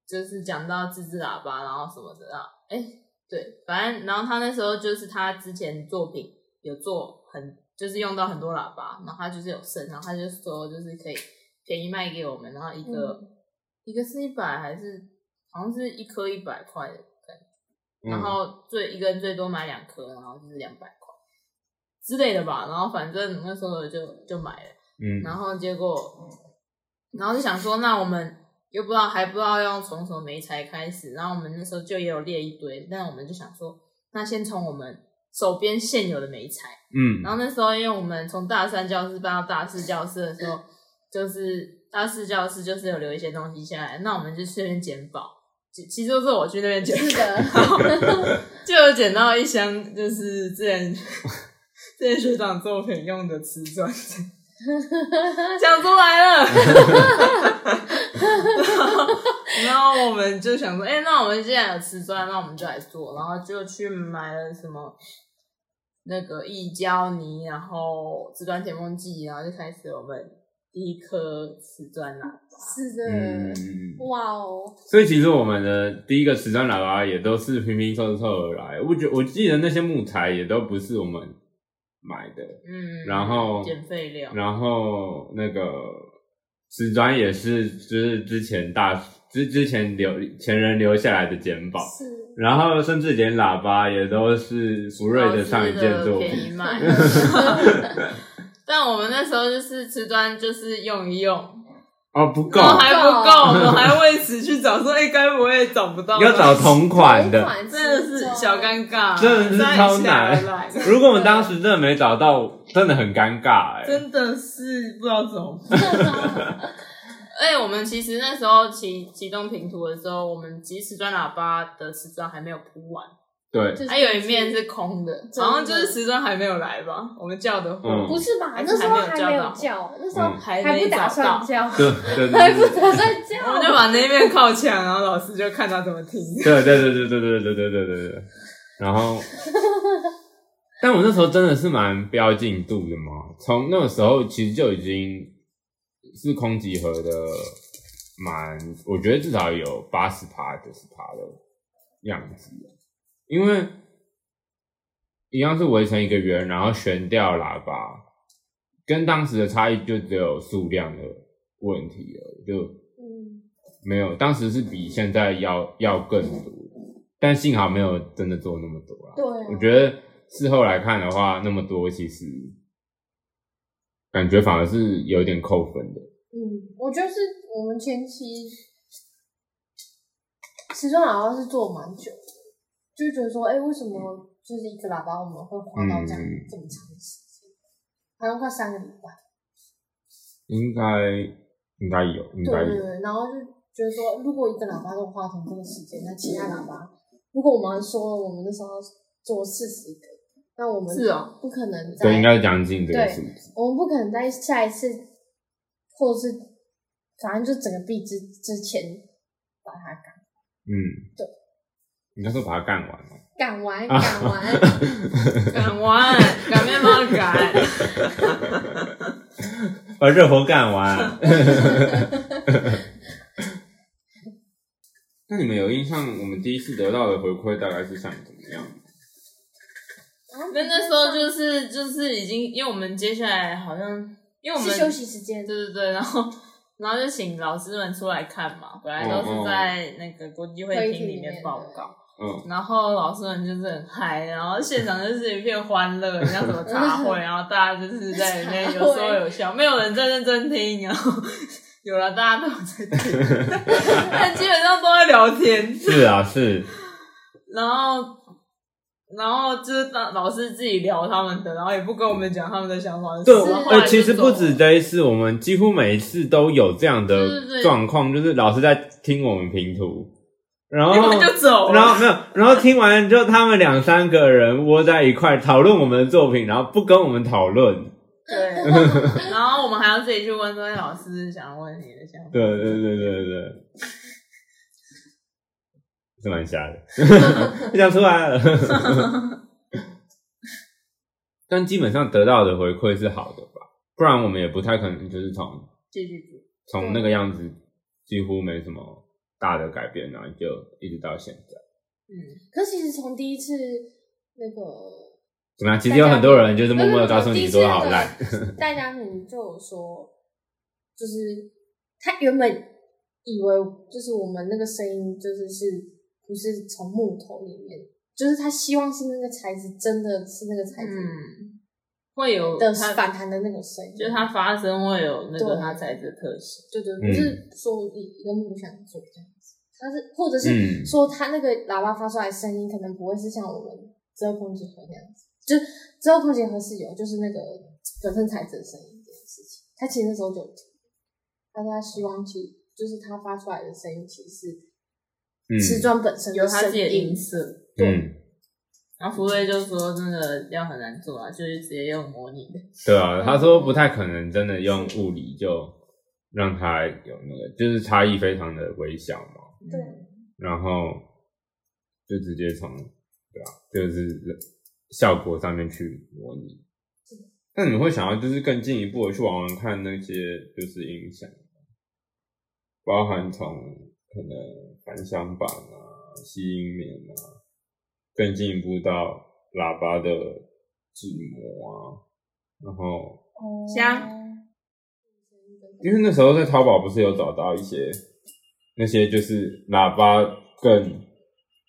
Speaker 4: 就是讲到自制喇叭，然后什么的，然后哎对，反正然后他那时候就是他之前作品有做很就是用到很多喇叭，然后他就是有剩，然后他就说就是可以便宜卖给我们，然后一个、一个是一百还是好像是一颗一百块的感觉。
Speaker 3: 嗯
Speaker 4: 然后最一个人最多买两颗，然后就是两百块之类的吧。然后反正那时候就就买了，
Speaker 3: 嗯，
Speaker 4: 然后结果，然后就想说，那我们又不知道还不知道要从什么媒材开始。然后我们那时候就也有列一堆，但我们就想说，那先从我们手边现有的媒材。
Speaker 3: 嗯，
Speaker 4: 然后那时候，因为我们从大三教室搬到大四教室的时候，就是大四教室就是有留一些东西下来，那我们就去那边捡宝。其其实就是我去那边捡，
Speaker 1: 是的，
Speaker 4: 就有捡到一箱，就是之前之前学长作品用的瓷砖， 讲出来了。 然后然后我们就想说，哎、那我们既然有瓷砖，那我们就来做，然后就去买了什么。那个易胶泥，然后瓷砖填缝剂，然后就开始我们第一颗瓷砖啦。
Speaker 1: 是的，
Speaker 3: 嗯嗯嗯
Speaker 1: 哇哦，
Speaker 3: 所以其实我们的第一个瓷砖喇叭也都是拼拼凑凑而来。我觉我记得那些木材也都不是我们买的，
Speaker 4: 嗯，
Speaker 3: 然后
Speaker 4: 减废料，
Speaker 3: 然后那个瓷砖也是就是之前大之之前留前人留下来的捡宝，
Speaker 1: 是
Speaker 3: 然后甚至连喇叭也都是福瑞的上一件作
Speaker 4: 便宜
Speaker 3: 品。
Speaker 4: 卖。但我们那时候就是吃端，就是用一用，
Speaker 3: 哦，不够
Speaker 4: 然，后还不 够，我们还为此去找说，哎、该不会找不到吧？
Speaker 3: 要找同 款的。
Speaker 1: 真
Speaker 4: 真的是小尴尬，
Speaker 3: 真的是超难
Speaker 4: 站起来
Speaker 3: 如果我们当时真的没找到，真的很尴尬哎、
Speaker 4: 真的是不知道怎么办。
Speaker 1: 尬。
Speaker 4: 哎、我们其实那时候骑骑东平图的时候，我们其实瓷砖喇叭的瓷砖还没有铺完，
Speaker 3: 对，
Speaker 1: 就是
Speaker 4: 还有一面是空的，
Speaker 1: 真的
Speaker 4: 好像就是瓷砖还没有来吧？我们叫的货，
Speaker 3: 嗯
Speaker 1: 不是吧？
Speaker 4: 还是
Speaker 1: 那时候
Speaker 4: 还没有
Speaker 1: 还没
Speaker 4: 叫到
Speaker 1: 有叫，那时候
Speaker 3: 嗯
Speaker 4: 还
Speaker 1: 还
Speaker 4: 没
Speaker 1: 不打
Speaker 4: 找到
Speaker 1: 算叫，
Speaker 3: 对对对
Speaker 1: 还不
Speaker 3: 对
Speaker 1: 打算叫，
Speaker 4: 我 们就把那面靠墙，然后老师就看他怎么 听。
Speaker 3: 对对对对对对对对对对对。然后，但我那时候真的是蛮标进度的嘛，从那个时候其实就已经是空集合的蛮，我觉得至少有八十趴九十趴的样子，因为一样是围成一个圆，然后悬吊喇叭，跟当时的差异就只有数量的问题了，就
Speaker 1: 嗯，
Speaker 3: 没有，当时是比现在要要更多，但幸好没有真的做那么多啦。
Speaker 1: 对
Speaker 3: 我
Speaker 1: 啊，
Speaker 3: 觉得事后来看的话，那么多其实感觉反而是有点扣分的。
Speaker 1: 嗯，我觉得是我们前期时装喇叭是做蛮久的，就觉得说，哎、为什么就是一个喇叭我们会花到这样、
Speaker 3: 嗯
Speaker 1: 这么长的时间，好像快三个礼拜，
Speaker 3: 应该应该有，应该
Speaker 1: 对对
Speaker 3: 有，
Speaker 1: 对，然后就觉得说，如果一个喇叭都花成这个时间，那其他喇叭，如果我们说我们那时候要做四十个，那我们
Speaker 4: 是哦，
Speaker 1: 不可能在
Speaker 3: 对，应该将近这个
Speaker 1: 对
Speaker 3: 数字。
Speaker 1: 我们不可能在下一次，或者是反正就整个币之之前把它干
Speaker 3: 嗯，
Speaker 1: 对。
Speaker 3: 你那时候把它干完了，
Speaker 1: 干完，
Speaker 3: 啊
Speaker 1: 干完，
Speaker 4: 敢玩，敢面包改，
Speaker 3: 把热火干完。 那你们有印象，我们第一次得到的回馈大概是像怎么样？
Speaker 4: 那那时候就是就是已经，因为我们接下来好像，因为我们
Speaker 1: 啊是休息时间
Speaker 4: 对，对对，然后然后就请老师们出来看嘛，本来都
Speaker 3: 嗯嗯
Speaker 4: 是在那个国际会议厅里面报
Speaker 1: 会议厅里面
Speaker 4: 告，
Speaker 3: 嗯，
Speaker 4: 然后老师们就是很嗨，然后现场就是一片欢乐，像 什么茶会，然后大家就是在里面有说有笑，没有人在认真听，然后 有了大家都有在听， 但基本上都在聊天，
Speaker 3: 是啊， 是。
Speaker 4: 然后。然后就是当老师自己聊他们的，然后也不跟我们讲他们的想法是
Speaker 3: 对，
Speaker 4: 什么。
Speaker 3: 我
Speaker 4: 后来
Speaker 3: 呃，
Speaker 4: 就
Speaker 3: 其实不
Speaker 4: 走了
Speaker 3: 止这一次，我们几乎每一次都有这样
Speaker 4: 对对
Speaker 3: 的
Speaker 4: 对
Speaker 3: 状况，就是老师在听我们评图，然后
Speaker 4: 我们就走了
Speaker 3: 然后没有，然后听完之后，他们两三个人窝在一块讨论我们的作品，然后不跟我们讨论。
Speaker 4: 对，然后我们还要自己去问说哎老师想问你的想法。
Speaker 3: 对对对对对，是蛮瞎的， 就讲出来了。 但基本上得到的回馈是好的吧，不然我们也不太可能就是从
Speaker 4: 继续做。
Speaker 3: 从那个样子几乎没什么大的改变，然后就一直到现在。
Speaker 4: 嗯，
Speaker 1: 可是其实从第一次那个
Speaker 3: 怎么样？其实有很多人就是默默的告诉你说好烂，
Speaker 1: 大家可能就有说，就是他原本以为就是我们那个声音就是是不是从木头里面，就是他希望是那个材质真的是那个材质
Speaker 4: 嗯，会有
Speaker 1: 的
Speaker 4: 它，
Speaker 1: 反弹的那个声音，
Speaker 4: 就是它发生会有那个
Speaker 1: 对
Speaker 4: 它材质的特性。
Speaker 1: 对对，
Speaker 3: 嗯
Speaker 1: 不是说一一个木想做这样子，他是或者
Speaker 3: 嗯
Speaker 1: 是说他那个喇叭发出来的声音可能不会是像我们只有空姐盒那样子，就是只有空姐盒是有，就是那个本身材质的声音这件事情，他其实那时候就有提，但是他希望其实就是他发出来的声音其实是
Speaker 3: 嗯
Speaker 1: 瓷砖本身
Speaker 4: 有它
Speaker 1: 声
Speaker 4: 自己的
Speaker 1: 音
Speaker 4: 音，色，
Speaker 3: 嗯，
Speaker 4: 然后福瑞就说那个要很难做啊，就是直接用模拟的，嗯
Speaker 3: 对啊，他说不太可能真的用物理就让它有那个，就是差异非常的微小嘛，
Speaker 1: 对
Speaker 4: 嗯
Speaker 3: 然后就直接从对啊，就是效果上面去模拟。那你们会想要就是更进一步的去玩玩看那些就是音响，包含从可能反响板啊、吸音棉啊，更进一步到喇叭的制模啊，然后
Speaker 1: 哦
Speaker 4: 香
Speaker 3: 因为那时候在淘宝不是有找到一些那些就是喇叭更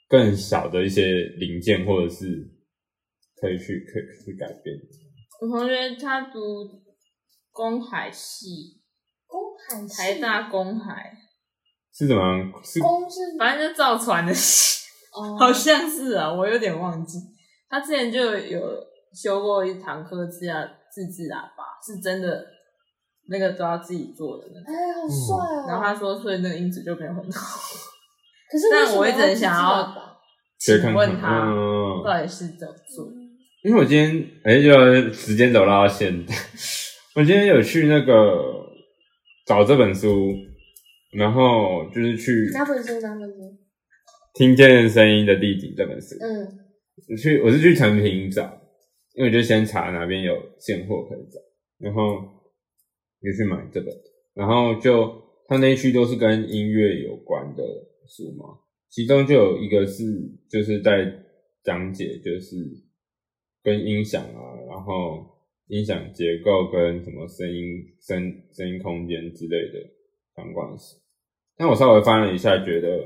Speaker 3: 更小的一些零件，或者是可以去可以去改变。
Speaker 4: 我同学他读公海系，
Speaker 1: 公海系
Speaker 4: 台大公海，
Speaker 3: 是怎么样？是
Speaker 1: 公是
Speaker 4: 反正就造船的系，
Speaker 1: 哦
Speaker 4: 好像是啊，我有点忘记。他之前就有修过一堂课，自要自制喇叭，是真的那个都要自己做的那种。
Speaker 1: 哎，好帅哦！
Speaker 4: 然后他说，所以那个音质就没有很好。
Speaker 1: 可是
Speaker 4: 但
Speaker 1: 为什么
Speaker 4: 我一直
Speaker 1: 要自
Speaker 4: 想
Speaker 1: 制
Speaker 4: 要
Speaker 1: 喇叭
Speaker 3: 学看
Speaker 4: 请问
Speaker 3: 看
Speaker 4: 他
Speaker 3: 嗯
Speaker 4: 到底是怎么做？
Speaker 3: 因为我今天哎、就时间走到现 在，我今天有去那个找这本书，然后就是去
Speaker 1: 哪本书？哪本书？
Speaker 3: 听见声音的地景这本书，
Speaker 1: 嗯，
Speaker 3: 我去我是去成品找，因为我就先查哪边有现货可以找，然后就去买这本，然后就它那一区都是跟音乐有关的书嘛，其中就有一个是就是在讲解就是跟音响啊，然后音响结构跟什么声音声声音空间之类的相关的事，但我稍微翻了一下，觉得。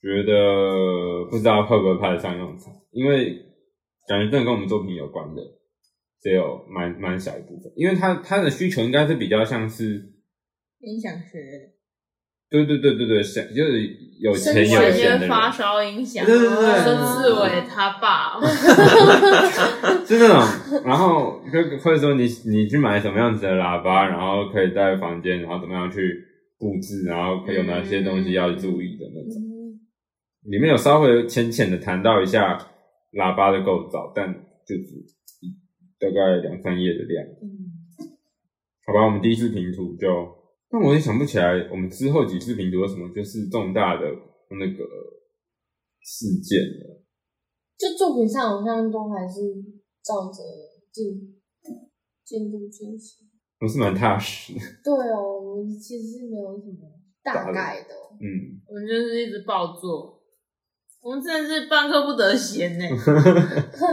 Speaker 3: 觉得不知道会不会派得上用场，因为感觉真的跟我们作品有关的只有蛮蛮小一部分，因为它它的需求应该是比较像是，
Speaker 4: 音响学，
Speaker 3: 对对对对对，像就是有钱
Speaker 1: 很
Speaker 3: 有
Speaker 4: 有
Speaker 3: 闲
Speaker 4: 些
Speaker 3: 的
Speaker 4: 发
Speaker 3: 人，
Speaker 4: 烧音响，
Speaker 3: 对对对
Speaker 4: 孙志伟他爸，
Speaker 3: 就那种，然后就或者说你你去买什么样子的喇叭，然后可以在房间，然后怎么样去布置，然后可以有哪些东西要注意的那种。
Speaker 1: 嗯
Speaker 3: 里面有稍微浅浅的谈到一下喇叭的构造，但就只大概两三页的量。好吧，我们第一次评图就，但我也想不起来我们之后几次评图有什么就是重大的那个事件了。
Speaker 1: 就作品上好像都还是照着进进度进行。
Speaker 3: 我是蛮踏实的，
Speaker 1: 对哦，我们其实是没有什么大概的。
Speaker 3: 嗯，
Speaker 4: 我们就是一直暴做，我们真的是半刻不得 闲呢、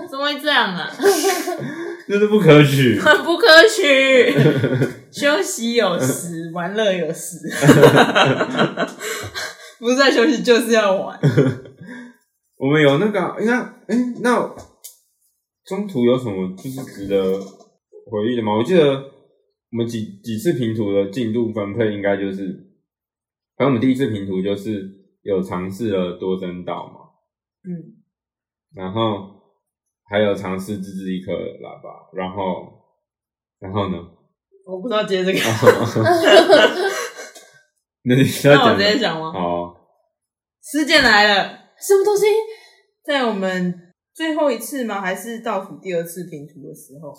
Speaker 4: 怎么会这样啊？
Speaker 3: 就是不可取。
Speaker 4: 很不可 取，休息有时，玩乐有 时，不是在休息就是要玩。
Speaker 3: 我们有那个啊，那哎、那中途有什么就是值得回忆的吗？我记得我们几几次评图的进度分配应该就是，反正我们第一次评图就是有尝试了多声道嘛，
Speaker 4: 嗯，
Speaker 3: 然后还有尝试自制一颗喇叭，然后然后呢？
Speaker 4: 我不知道接这个，
Speaker 3: 那你是要
Speaker 4: 那我
Speaker 3: 讲
Speaker 4: 直接讲吗？
Speaker 3: 哦，
Speaker 4: 事件来了。
Speaker 1: 什么东西？
Speaker 4: 在我们最后一次吗？还是倒数第二次平图的时候？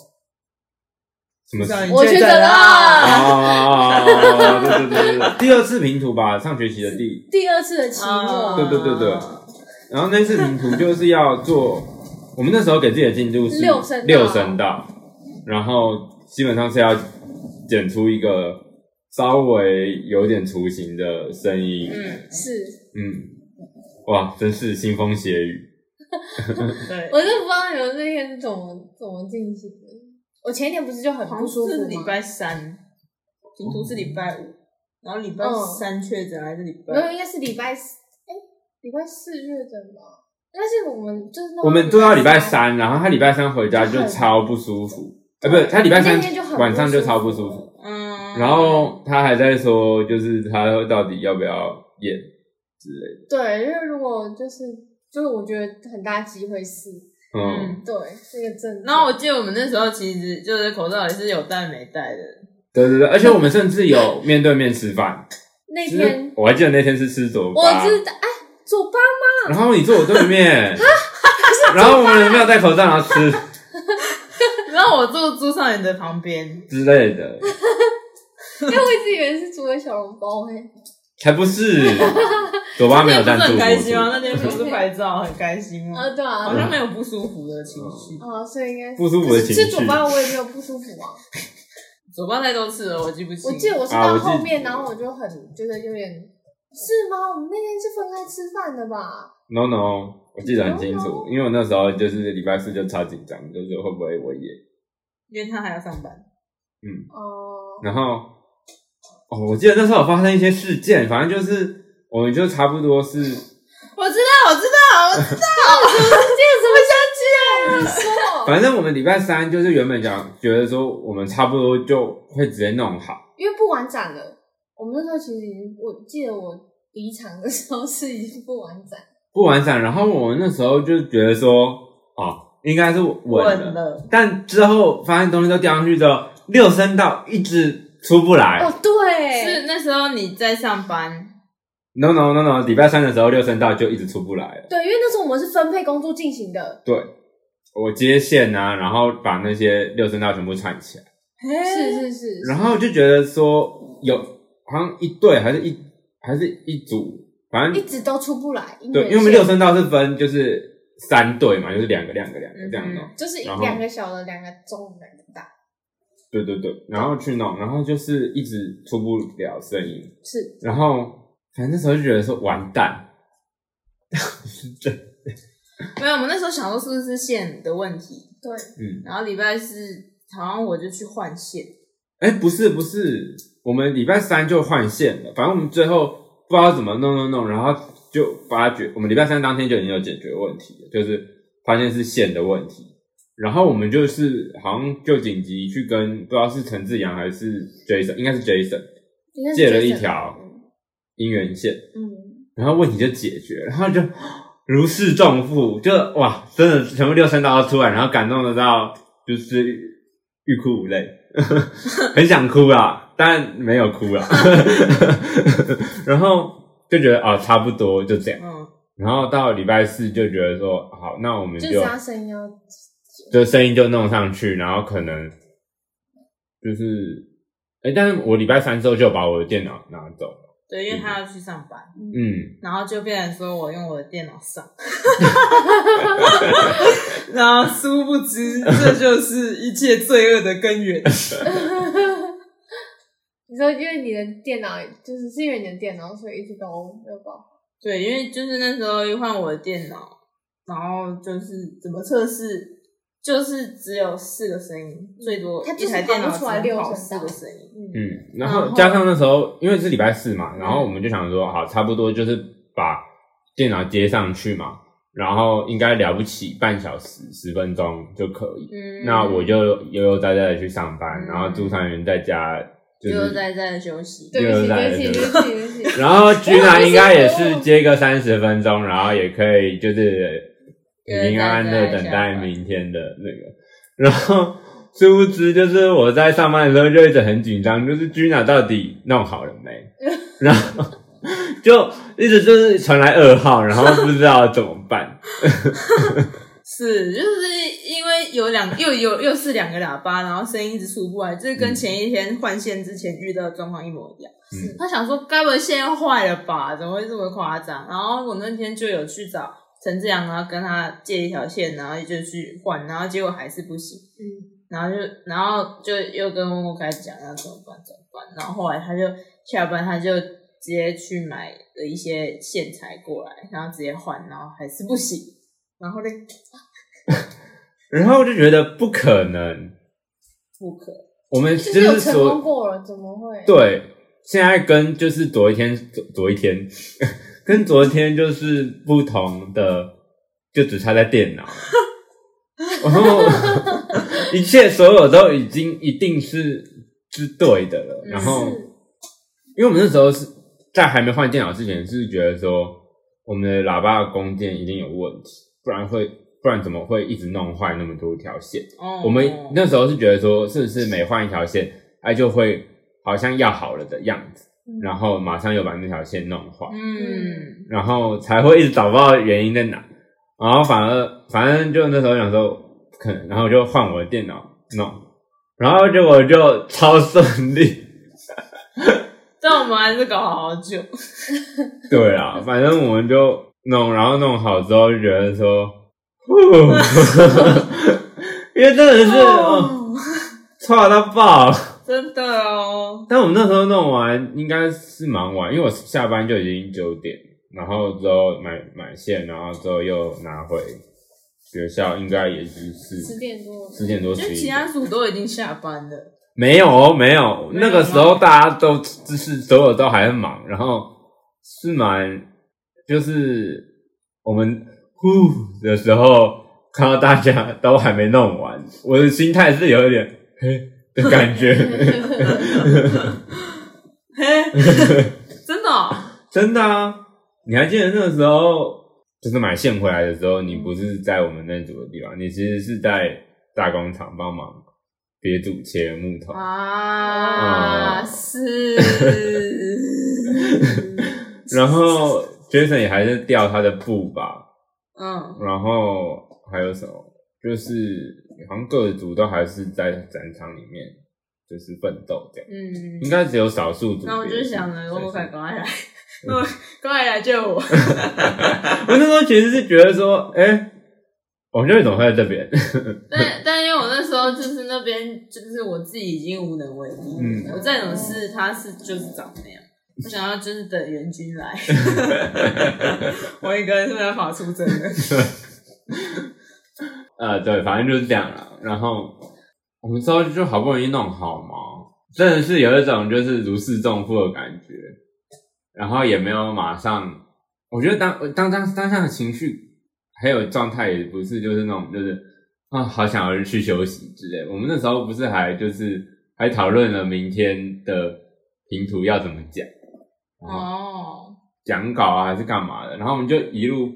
Speaker 3: 什么？
Speaker 4: 上一
Speaker 3: 哦，
Speaker 4: 届
Speaker 1: 我确诊了
Speaker 3: 对对对对，第二次评图吧，上学期的第
Speaker 1: 第二次的期
Speaker 4: 啊
Speaker 1: 末，
Speaker 3: 对对对对然后那次评图就是要做，我们那时候给自己的进度是
Speaker 1: 六声道
Speaker 3: 六声道，然后基本上是要剪出一个稍微有点雏形的声音。
Speaker 4: 嗯，
Speaker 1: 是
Speaker 3: 嗯，哇，真是腥风血雨。
Speaker 4: 对，
Speaker 1: 我就不知道你们那天怎么怎么进行的。我前一天不是就很
Speaker 4: 好
Speaker 1: 不舒
Speaker 4: 像
Speaker 1: 服
Speaker 4: 是
Speaker 1: 吗？
Speaker 4: 礼拜三，平图是礼拜五，然后礼拜三确诊还是礼
Speaker 1: 没有，
Speaker 4: 拜？
Speaker 1: 应该是礼拜四，哎、礼拜四确诊吧？但是我们就是弄
Speaker 3: 我们做到礼拜，三，然后他礼拜三回家就超不舒服，呃，不，他礼拜三
Speaker 1: 那天就很不
Speaker 3: 晚上就超不
Speaker 1: 舒
Speaker 3: 舒
Speaker 1: 服
Speaker 3: 服，
Speaker 4: 嗯，
Speaker 3: 然后他还在说，就是他到底要不要演之类的。
Speaker 1: 对，因为如果就是就是我觉得很大机会是，
Speaker 3: 嗯
Speaker 4: 嗯，
Speaker 1: 对那个症状。
Speaker 4: 然后我记得我们那时候其实就是口罩也是有戴没戴的，
Speaker 3: 对对对，而且我们甚至有面对面吃饭。
Speaker 1: 那
Speaker 3: 其实
Speaker 1: 天
Speaker 3: 我还记得那天是吃左
Speaker 1: 我
Speaker 3: 吧，
Speaker 1: 知道，哎，左 巴吗？
Speaker 3: 然后你坐我 对面，然后我
Speaker 1: 啊
Speaker 3: 们没有戴口罩，然后吃
Speaker 4: 然后我坐朱少爷的旁边，
Speaker 3: 之类的，
Speaker 1: 因为我一直以为是竹尾小笼包欸诶、
Speaker 3: 才 不是。左吧没有
Speaker 4: 那天
Speaker 3: 赞
Speaker 4: 不是
Speaker 3: 助
Speaker 4: 很开心吗？
Speaker 3: 播
Speaker 4: 那
Speaker 3: 出，
Speaker 4: 天不是拍照很开心吗
Speaker 1: 啊，？对啊，
Speaker 4: 好
Speaker 1: 啊
Speaker 4: 像没有不舒服的情绪，
Speaker 1: 所以应该是
Speaker 3: 不舒服的情
Speaker 1: 可
Speaker 3: 绪
Speaker 1: 是吃左巴我也没有不舒服 啊，
Speaker 4: 左巴太多次了，我记不清。
Speaker 1: 我记得我是
Speaker 3: 啊
Speaker 1: 到
Speaker 3: 我记得
Speaker 1: 后面，然后我就很觉得有点是吗？我们那天是分开吃饭的吧？
Speaker 3: No no，我记得很清楚，因为我那时候就是礼拜四就超紧张，就是会不会我也
Speaker 4: 因为他还要上班。
Speaker 3: 嗯，
Speaker 1: 哦、
Speaker 3: 然后哦，我记得那时候有发生一些事件，反正就是我我们就差不多是
Speaker 4: 我知道，我知道，我知道，
Speaker 1: 啊你说，哦
Speaker 3: 反正我们礼拜三就是原本讲觉得说我们差不多就会直接弄好，
Speaker 1: 因为不完展了，我们那时候其实已经，我记得我离场的时候是已经不完展，
Speaker 3: 不完善。然后我们那时候就觉得说哦，应该是 稳了，
Speaker 2: 稳了，
Speaker 3: 但之后发现东西都掉上去之后，六声道一直出不来。
Speaker 1: 哦，对，
Speaker 4: 是那时候你在上班，
Speaker 3: no no no no，礼拜三的时候六声道就一直出不来了。
Speaker 1: 对，因为那时候我们是分配工作进行的，
Speaker 3: 对，我接线啊，然后把那些六声道全部串起来，
Speaker 1: 是是是，
Speaker 3: 然后就觉得说有好像一对还是一还是一组，反
Speaker 1: 一
Speaker 3: 正
Speaker 1: 直都出不来，音
Speaker 3: 对，
Speaker 1: 乐
Speaker 3: 因为我们
Speaker 1: 线
Speaker 3: 六声道是分就是三对嘛，就是两个两个两个这样弄。
Speaker 1: 就是一
Speaker 3: 然后
Speaker 1: 两个小的，两个中，两个大，
Speaker 3: 对对对，然后去弄，然后就是一直出不了声音，
Speaker 1: 是
Speaker 3: 然后反正那时候就觉得说完蛋，
Speaker 4: 没有，我们那时候想说是不是线的问题，
Speaker 1: 对，
Speaker 3: 嗯，
Speaker 4: 然后礼拜四好像我就去换线，
Speaker 3: 哎，不是不是，我们礼拜三就换线了，反正我们最后不知道怎么弄弄弄，然后就发觉我们礼拜三当天就已经有解决问题了，就是发现是线的问题，然后我们就是好像就紧急去跟不知道是陈志阳还是 Jason，应该是 Jason
Speaker 1: 应该是
Speaker 3: 借了一
Speaker 1: Jason
Speaker 3: 条姻缘线，
Speaker 1: 嗯，
Speaker 3: 然后问题就解决，然后就如释重负，就哇，真的全部六声道都出来，然后感动得到就是欲哭无泪， 很想哭啦，但没有哭啦， 然后就觉得啊、差不多就这样，
Speaker 4: 嗯，
Speaker 3: 然后到礼拜四就觉得说好，那我们
Speaker 1: 就
Speaker 3: 就是
Speaker 1: 他声音要
Speaker 3: 就声音就弄上去，然后可能就是。哎，但是我礼拜三之后就把我的电脑拿走了，
Speaker 4: 对，因为他要去上班，
Speaker 3: 嗯，
Speaker 4: 然后就变成说我用我的电脑上， 然后殊不知这就是一切罪恶的根源。
Speaker 1: 你说，因为你的电脑就是是因为你的电脑，所以一直都没有办法。
Speaker 4: 对，因为就是那时候一换我的电脑，然后就是怎么测试，就是只有四个声音，最多
Speaker 1: 它就是
Speaker 4: 一台电脑
Speaker 1: 跑不出来
Speaker 4: 只
Speaker 1: 六
Speaker 4: 能
Speaker 1: 声
Speaker 4: 跑
Speaker 1: 道
Speaker 4: 四个声音。
Speaker 1: 嗯，
Speaker 3: 嗯，
Speaker 4: 然
Speaker 3: 然后
Speaker 4: 后嗯
Speaker 3: 加上那时候因为是礼拜四嘛，然后我们就想说，好，差不多就是把电脑接上去嘛，然后应该了不起半小时十分钟就可以。
Speaker 4: 嗯
Speaker 3: 那我就悠悠哉哉的去上班，
Speaker 4: 嗯
Speaker 3: 然后朱三元在家就，
Speaker 4: 就是在在休息。
Speaker 1: 对不起，对不起，对不起，对不起。
Speaker 3: 然后居然应该也是接个三十分钟，然后也可以就是平平安安的等待明天的那个，然后。殊不知，就是我在上班的时候就一直很紧张，就是 Gina 到底弄好了 没？然后就一直就是传来噩耗，然后不知道怎么办。
Speaker 4: 是，就是因为有两又有又是两个喇叭，然后声音一直出不来，就是跟前一天换线之前遇到的状况一模一样。
Speaker 3: 嗯
Speaker 4: 他想说，该不会线要坏了吧？怎么会这么夸张？然后我那天就有去找陈志阳，然啊后跟他借一条线，然后就去换，然后结果还是不行。
Speaker 1: 嗯，
Speaker 4: 然后就，然后就又跟默默开始讲要怎么办怎么办，然后后来他就下班，他就直接去买了一些线材过来，然后直接换，然后还是不行，然后嘞
Speaker 3: 然后我就觉得不可能，
Speaker 4: 不可
Speaker 3: 我们
Speaker 1: 就
Speaker 3: 就是
Speaker 1: 有
Speaker 3: 是
Speaker 1: 成功
Speaker 3: 说
Speaker 1: 过了，怎么会？
Speaker 3: 对，现在跟就是昨一天昨昨一天 跟昨天就是不同的，就只差在电脑。然后一切所有都已经一定是是对的了，然后。
Speaker 1: 是
Speaker 3: 因为我们那时候是在还没换电脑之前，是觉得说我们的喇叭的弓箭一定有问题，不然会不然怎么会一直弄坏那么多条线？
Speaker 4: 哦，
Speaker 3: 我们那时候是觉得说，是不是每换一条线，哎就会好像要好了的样子，
Speaker 1: 嗯
Speaker 3: 然后马上又把那条线弄坏，
Speaker 4: 嗯，
Speaker 3: 然后才会一直找不到原因在哪，然后反而反正就那时候想说不可能，然后我就换我的电脑弄，然后结果就超顺利。
Speaker 4: 但我们还是搞好久，
Speaker 3: 对啊，反正我们就弄，然后弄好之后就觉得说，呼 因为真的是哦差到爆。
Speaker 4: 真的哦，
Speaker 3: 但我们那时候弄完应该是蛮晚，因为我下班就已经九点，然后之后买买线，然后之后又拿回学校，应该也就是
Speaker 1: 十点多了，
Speaker 3: 十点多
Speaker 4: 就
Speaker 3: 十一
Speaker 4: 其
Speaker 3: 点。
Speaker 4: 他组都已经下班了，
Speaker 3: 没有哦，没有，
Speaker 4: 没有
Speaker 3: 那个时候大家都就是所有都还很忙，然后是蛮，就是我们呼的时候，看到大家都还没弄完，我的心态是有一点嘿的感 觉，嗯
Speaker 4: 真的哦、
Speaker 3: 真的啊！你还记得那个时候，就是买线回来的时候，你不是在我们那组的地方，你其实是在大工厂帮忙别组切木头。
Speaker 4: 啊，
Speaker 3: 嗯
Speaker 4: 是，
Speaker 3: 然后 Jason 也还是掉他的布吧，
Speaker 4: 嗯，
Speaker 3: 然后还有什么？就是好像各组都还是在展场里面就是奋斗这样，
Speaker 4: 嗯
Speaker 3: 应，该只有少数组别是。
Speaker 4: 那我就想了，我快
Speaker 3: 才
Speaker 4: 赶
Speaker 3: 是
Speaker 4: 快来，我
Speaker 3: 嗯
Speaker 4: 赶快来救我。
Speaker 3: 我那时候其实是觉得说，哎、我们就怎么会在这边？
Speaker 4: 但但因为我那时候就是那边就是我自己已经无能为力，
Speaker 3: 嗯
Speaker 4: 我再怎么试，他是就是长那样。我想要就是等援军 来，我一个人是没办法出征的。
Speaker 3: 呃，对，反正就是这样了。然后我们之后就好不容易弄好嘛，真的是有一种就是如释重负的感觉。然后也没有马上，我觉得当当当当下的情绪还有状态也不是就是那种就是啊好想要去休息之类。我们那时候不是还就是还讨论了明天的平图要怎么讲，然后
Speaker 4: 哦，
Speaker 3: 讲稿啊还是干嘛的，然后我们就一路，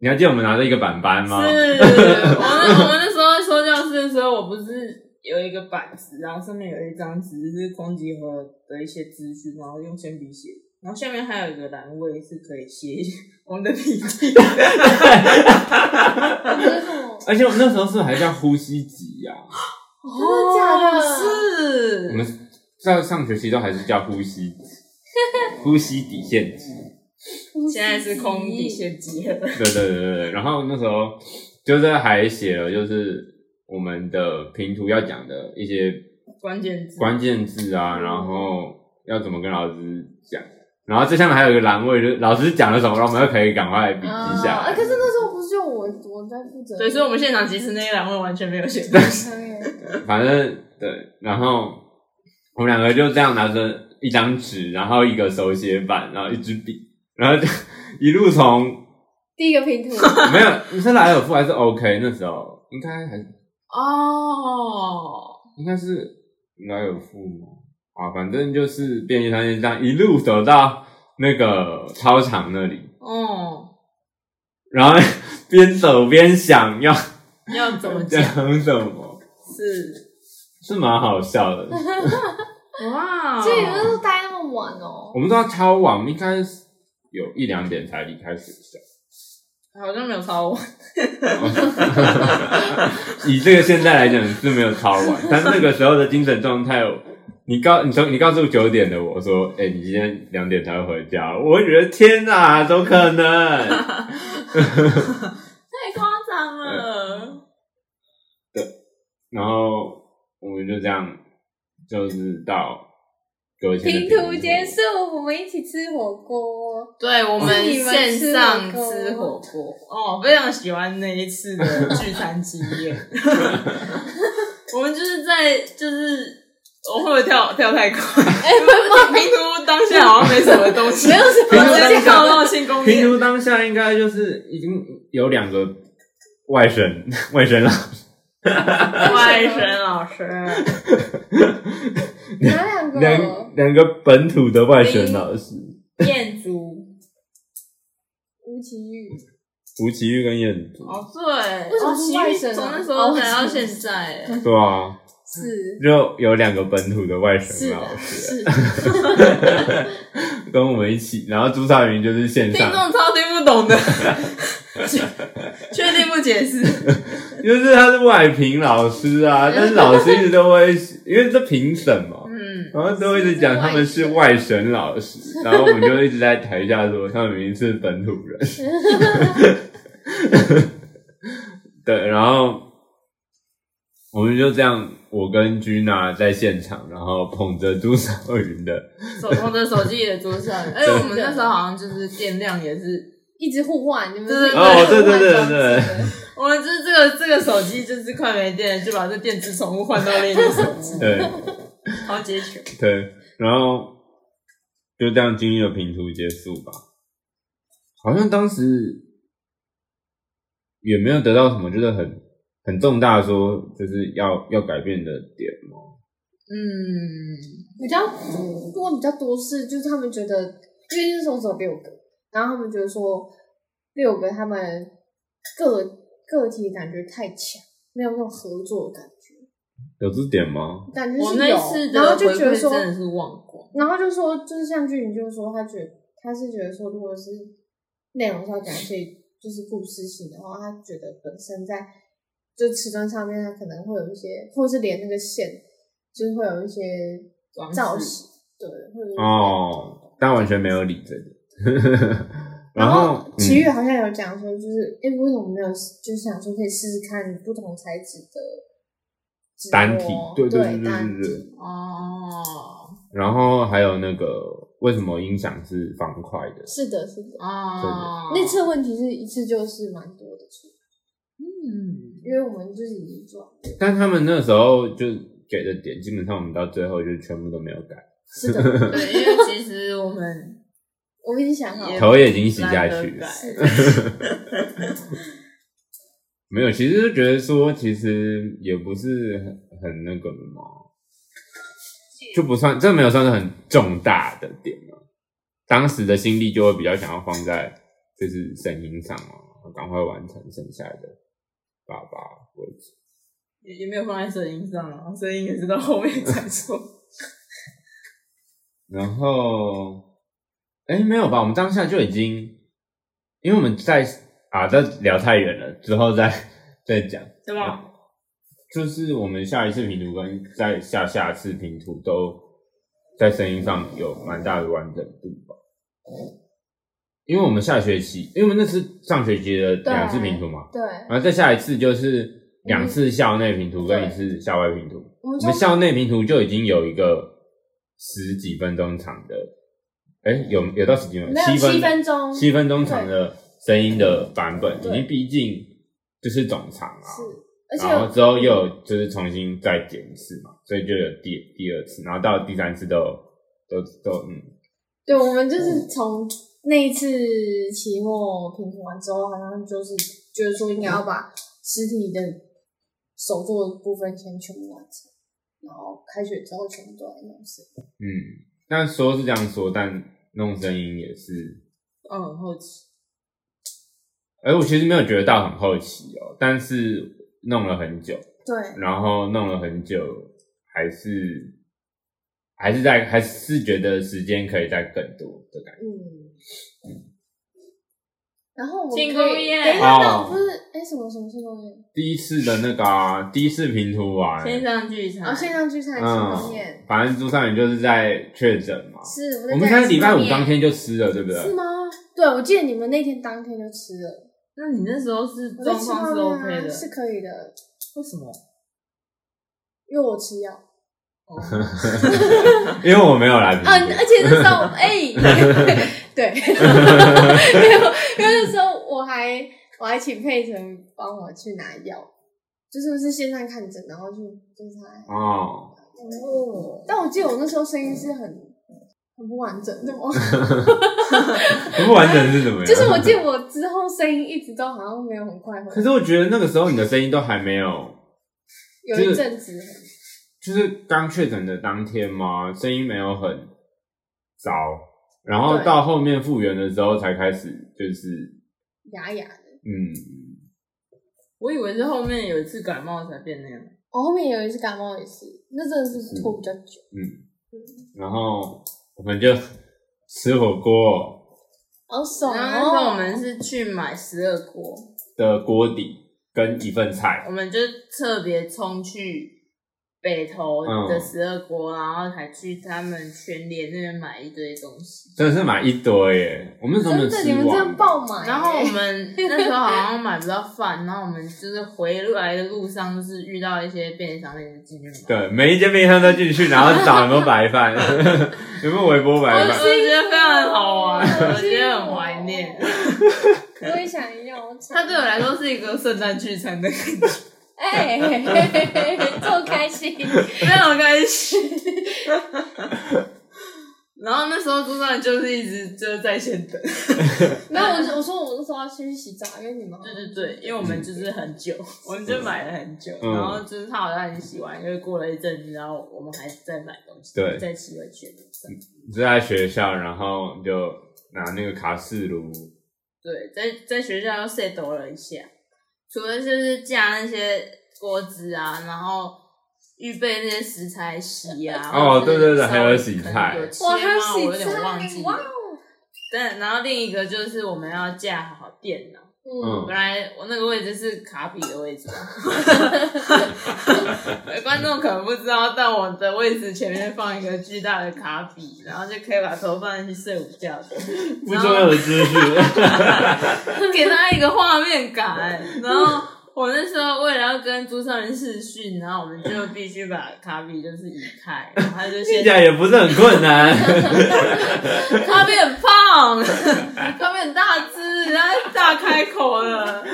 Speaker 3: 你还记得我们拿着一个板板
Speaker 4: 是
Speaker 3: 吗？
Speaker 4: 我们我们那时候在说教室的时候，我不是有一个板子，然后上面有一张纸是空集合的一些资讯，然后用铅笔写，然后下面还有一个栏位是可以写 我们的笔 记。
Speaker 1: 你为什么？
Speaker 3: 而且我们那时候是不是还叫呼吸集呀、
Speaker 1: 哦真的假的
Speaker 4: 哦
Speaker 3: 哦
Speaker 4: 是，
Speaker 3: 我们在上学期都还是叫呼 吸集，呼吸底线集。
Speaker 4: 现在是空底线集合。
Speaker 3: 对对对对对。然后那时候就是还写了，就是我们的拼图要讲的一些
Speaker 4: 关键字。
Speaker 3: 关键字啊，然后要怎么跟老师讲。然后这下面还有一个栏位，就是老师讲了什么，然后我们就可以赶快笔
Speaker 1: 啊
Speaker 3: 记下来。
Speaker 1: 哎可是那时候不是就我我在负责，
Speaker 4: 对，所以我们现场其实那一栏位完全没有写到。
Speaker 3: 反正对，然后我们两个就这样拿着一张纸，然后一个手写板，然后一支笔，然后就一路从
Speaker 1: 第一个 拼图
Speaker 3: 没有，你是莱尔夫还是 OK？那时候应该还
Speaker 4: 哦，
Speaker 3: 应该是莱尔夫吗？啊，反正就是便利商店这样一路走到那个操场那里，
Speaker 4: 哦，
Speaker 3: 然后边走边想要
Speaker 4: 要怎么讲？
Speaker 3: 讲什么，
Speaker 4: 是
Speaker 3: 是蛮好笑的。
Speaker 4: 哇，
Speaker 1: 所以你们那时候待那么晚哦
Speaker 3: 我，们都要超晚，我们应该是有一两点才离开学校。
Speaker 4: 好像没有超我。
Speaker 3: 以这个现在来讲是没有超完，但那个时候的精神状态，你告你从你告诉九点的我说，哎、你今天两点才会回家，我会觉得天哪，怎么可能？
Speaker 4: 太夸张了。
Speaker 3: 然后我们就这样，就是到隔天的
Speaker 1: 拼图结束，我们一起吃火锅，
Speaker 4: 对我们
Speaker 1: 是你们吃
Speaker 4: 线上
Speaker 1: 火锅
Speaker 4: 吃火锅，哦，非常喜欢那一次的聚餐经 验。我们就是在就是。我会不会跳跳太快？ 哎、欸，平图当下好像没什么东西，没有什
Speaker 3: 么东西
Speaker 4: 直接 靠到庆功
Speaker 3: 评
Speaker 4: 宴。
Speaker 3: 估当下应该就是已经有两个外省外省了，
Speaker 4: 外甥老师，
Speaker 1: 哪两个？
Speaker 3: 两两个本土的外省老师，
Speaker 4: 彦祖，
Speaker 1: 吴奇玉，
Speaker 3: 吴奇玉跟燕子，
Speaker 4: 哦对，
Speaker 1: 为什么
Speaker 4: 哦
Speaker 1: 是外甥啊
Speaker 4: 从那时候来到现在，哎
Speaker 3: 对啊，
Speaker 1: 是
Speaker 3: 就有两个本土的外省
Speaker 4: 是
Speaker 3: 老
Speaker 4: 啊
Speaker 3: 师
Speaker 4: 是，
Speaker 3: 跟我们一起，然后朱少云就是线
Speaker 4: 听
Speaker 3: 上，
Speaker 4: 众超听 不懂的，确定不解释，
Speaker 3: 就是他是外评老师啊，但是老师一直都会，因为这评审嘛，
Speaker 4: 嗯，
Speaker 3: 然后都一直讲他们是外省老师，然后我们就一直在台下说他们明明是本土人，对，然后我们就这样，我跟君娜在现场，然后捧着朱少云的，
Speaker 4: 手我的手机也桌上，哎，我们那时候好像就是电量也是，
Speaker 1: 一直互换，你们
Speaker 4: 对
Speaker 1: 是
Speaker 3: 哦，对
Speaker 1: 互
Speaker 3: 对
Speaker 1: 换
Speaker 3: 对
Speaker 1: 装置
Speaker 3: 对
Speaker 1: 的。
Speaker 4: 我们就是这个这个手机就是快没电了，就把这电子宠物换到另一只手机，
Speaker 3: 对
Speaker 4: 好解决，
Speaker 3: 对，然后就这样经历了评图结束吧。好像当时也没有得到什么，就是很很重大说就是要要改变的点嘛。
Speaker 4: 嗯，
Speaker 1: 比较问比较多是，就是他们觉得，因为那时候只有六个，然后他们觉得说六个他们个个体感觉太强，没有那种合作的感觉，
Speaker 3: 有这点吗？
Speaker 1: 感觉
Speaker 4: 我
Speaker 1: 是
Speaker 4: 那次
Speaker 1: 有，
Speaker 4: 的
Speaker 1: 然后
Speaker 4: 回
Speaker 1: 就觉得
Speaker 4: 馈
Speaker 1: 说，
Speaker 4: 真的是忘光，
Speaker 1: 然后就说，就是像俊宇就是说，他觉得他是觉得说，如果是内容上讲一些就是故事性的话，他觉得本身在就瓷砖上面，他可能会有一些，或是连那个线，就是会有一些
Speaker 4: 装饰
Speaker 1: 造型，对，会有一些
Speaker 3: 哦，但完全没有理这个。
Speaker 1: 然后
Speaker 3: 后，
Speaker 1: 奇遇
Speaker 3: 嗯、
Speaker 1: 好像有讲说，就是哎、诶为什么没有，就是想说可以试试看不同材质的直播
Speaker 3: 单体对对
Speaker 1: 对
Speaker 3: 对对对
Speaker 1: 单
Speaker 3: 对
Speaker 1: 体
Speaker 4: 哦
Speaker 3: 嗯然后还有那个为什么音响是方块的？
Speaker 1: 是的，是的。
Speaker 4: 哦，
Speaker 1: 那次问题是一次就是蛮多的出，
Speaker 4: 嗯，
Speaker 1: 因为我们就是已经做 完了，
Speaker 3: 但他们那时候就给的点，基本上我们到最后就全部都没有改，
Speaker 1: 是的，
Speaker 4: 对，因为其实我们
Speaker 1: 我已经想好
Speaker 4: 也
Speaker 1: 了，
Speaker 3: 头也已经洗下
Speaker 4: 懒得
Speaker 3: 去了
Speaker 4: 改。
Speaker 1: 是的
Speaker 3: 没有，其实就觉得说，其实也不是很很那个嘛，就不算，这没有算是很重大的点啊。当时的心力就会比较想要放在就是声音上嘛，赶快完成剩下的爸爸为止。
Speaker 4: 也也没有放在声音上啊，声音也是到后面才 做。
Speaker 3: 然后，哎，没有吧？我们当下就已经，因为我们在啊，这聊太远了，之后再再讲。
Speaker 4: 对吧？
Speaker 3: 就是我们下一次评图跟在下下次评图都在声音上有蛮大的完整度吧。因为我们下学期，因为我们那次上学期的两次评图嘛，
Speaker 1: 对，
Speaker 3: 然后再下一次就是两
Speaker 1: 嗯
Speaker 3: 次校内评图跟一次校外评图。
Speaker 1: 我们
Speaker 3: 我
Speaker 1: 就
Speaker 3: 们校内评图就已经有一个十几分钟长的，哎、有有到十几分
Speaker 1: 没
Speaker 3: 钟，
Speaker 1: 有
Speaker 3: 分
Speaker 1: 七分钟
Speaker 3: 七分钟长的声音的版本，已
Speaker 1: 对
Speaker 3: 经逼近就是总长啊。
Speaker 1: 是，而且
Speaker 3: 然后之后又有就是重新再检视嘛，所以就有第第二次，然后到第三次都有都都嗯，
Speaker 1: 对，我们就是从那一次期末评估完之后，好像就是觉得说应该要把实体的手作的部分先全部完成，然后开学之后全部都来弄事。
Speaker 3: 嗯，但说是这样说，但弄声音也是，
Speaker 4: 嗯，后期
Speaker 3: 哎、我其实没有觉得到很好奇哦，但是弄了很久，
Speaker 1: 对，
Speaker 3: 然后弄了很久，还是还是在还是觉得时间可以再更多的感觉，
Speaker 1: 嗯。然后我们
Speaker 4: 庆
Speaker 1: 可以
Speaker 4: 功宴
Speaker 1: 等一下，那
Speaker 3: 哦
Speaker 1: 我不是哎、什么什么庆功宴？
Speaker 3: 第一次的那个、啊、第一次评图完，
Speaker 4: 线上剧场，
Speaker 1: 哦，线上聚餐庆功宴、
Speaker 3: 嗯，反正朱少宇就是在确诊嘛，
Speaker 1: 是
Speaker 3: 我
Speaker 1: 们
Speaker 3: 们
Speaker 1: 在
Speaker 3: 现在礼拜五当
Speaker 1: 吃
Speaker 3: 天就吃了，对不
Speaker 1: 面是
Speaker 3: 对？
Speaker 1: 吗？对，我记得你们那天当天就吃了，
Speaker 4: 那你那时候是
Speaker 1: 我在
Speaker 4: 状
Speaker 1: 吃
Speaker 4: 况
Speaker 1: 泡
Speaker 4: 是
Speaker 1: 面
Speaker 4: OK
Speaker 1: 啊，
Speaker 4: 的，
Speaker 1: 是可以的，
Speaker 4: 为什么？
Speaker 1: 因为我吃药。
Speaker 4: 哦
Speaker 3: 因为我没有来
Speaker 1: 哦
Speaker 3: 评
Speaker 5: 啊，
Speaker 3: 估
Speaker 5: 而且那时 候，哎、
Speaker 1: 对，因为因为那时候我还我还请佩晨帮我去拿药，就是不是线上看诊，然后去就是他，
Speaker 3: 哦，
Speaker 4: 哦，
Speaker 1: 但我记得我那时候声音是很很不完整的嘛，
Speaker 3: 不完整是怎么 样？
Speaker 1: 就是我记得我之后声音一直都好像没有很快
Speaker 3: 可
Speaker 1: 回来，
Speaker 3: 是我觉得那个时候你的声音都还没有，
Speaker 1: 有一阵子很
Speaker 3: 就是刚确诊的当天嘛，声音没有很糟，然后
Speaker 1: 对
Speaker 3: 到后面复原的时候才开始，就是
Speaker 1: 哑哑的。
Speaker 3: 嗯，
Speaker 4: 我以为是后面有一次感冒才变那样。
Speaker 1: 我哦后面有一次感冒也是，那真的
Speaker 4: 嗯
Speaker 1: 是拖比较久。
Speaker 3: 然后我们就吃火锅
Speaker 1: 好爽
Speaker 4: 然后那时候
Speaker 1: 哦！
Speaker 4: 我们是去买十二锅，
Speaker 3: 的锅底跟一份菜
Speaker 4: 我，们就特别冲去北投的十二锅，然后还去他们全联那边买一堆东西。
Speaker 3: 真的是买一堆耶，我们怎么没有
Speaker 1: 真
Speaker 3: 吃
Speaker 1: 的，
Speaker 3: 完？
Speaker 1: 你们真的爆满欸、
Speaker 4: 然后我 们那时候好像买不到饭，然后我们就是回来的路上，就是遇到一些便利商店就进去买。
Speaker 3: 对，每一间便利商店都进去，然后找有没有白 饭，有没有微波白
Speaker 4: 我
Speaker 3: 饭。
Speaker 4: 觉得非常好玩，
Speaker 1: 好幸福
Speaker 4: 我觉得很怀念。
Speaker 1: 啊我也想要。
Speaker 4: 它对我来说是一个圣诞聚餐的感觉，
Speaker 5: 哎、嘿嘿嘿嘿，这么开心，
Speaker 4: 非常开心。然后那时候朱然就是一直就是在线等，
Speaker 1: 没有，我就我说我那时候要先去洗澡，因为你们
Speaker 4: 对对对，因为我们就是很久，我们就买了很久，
Speaker 3: 嗯
Speaker 4: 然后就是他好像很喜欢，因为过了一阵子，然后我们还在买东西，
Speaker 3: 对
Speaker 4: 再骑回去，
Speaker 3: 你就在学校，然后你就拿那个卡式炉，
Speaker 4: 对，在在学校又 set 抖了一下，除了就是架那些锅子啊，然后预备那些食材洗啊，
Speaker 3: 哦
Speaker 4: 或者是
Speaker 3: 对对对
Speaker 4: 烧
Speaker 3: 还有洗菜
Speaker 4: 可能有切
Speaker 1: 哇，还有
Speaker 4: 嗯吗我有
Speaker 1: 洗
Speaker 4: 点忘
Speaker 1: 菜，
Speaker 4: 记
Speaker 1: 哇
Speaker 4: 了。
Speaker 1: 哦，
Speaker 4: 但然后另一个就是我们要架好电脑，
Speaker 1: 嗯，
Speaker 3: 嗯
Speaker 4: 本来我那个位置是卡比的位置嘛， 观众可能不知道，但我的位置前面放一个巨大的卡比，然后就可以把头放进去睡午觉的，
Speaker 3: 不重要的资讯。
Speaker 4: 给他一个画面感。然后我那时候为了要跟朱少仁试训，然后我们就必须把卡比就是移开，然后他就
Speaker 3: 听
Speaker 4: 先
Speaker 3: 起来也不是很困难。
Speaker 4: 咖啡很胖，咖啡很大只，然后大开口了。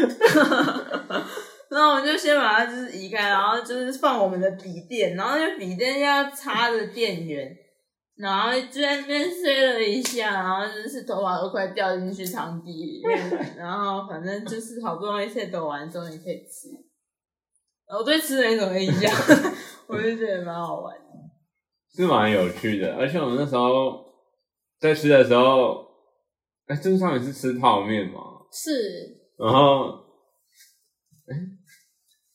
Speaker 4: 然后我们就先把它就是移开，然后就是放我们的笔电，然后那个笔电要插着电源，然后就在那边睡了一下，然后就是头发都快掉进去汤底里面，然后反正就是好不容易 set 完，终于可以吃。我对吃没什么印象， 我就觉得蛮好玩的。
Speaker 3: 是蛮有趣的，而且我们那时候在吃的时候，哎、正常也是吃泡面嘛，
Speaker 1: 是
Speaker 3: 然后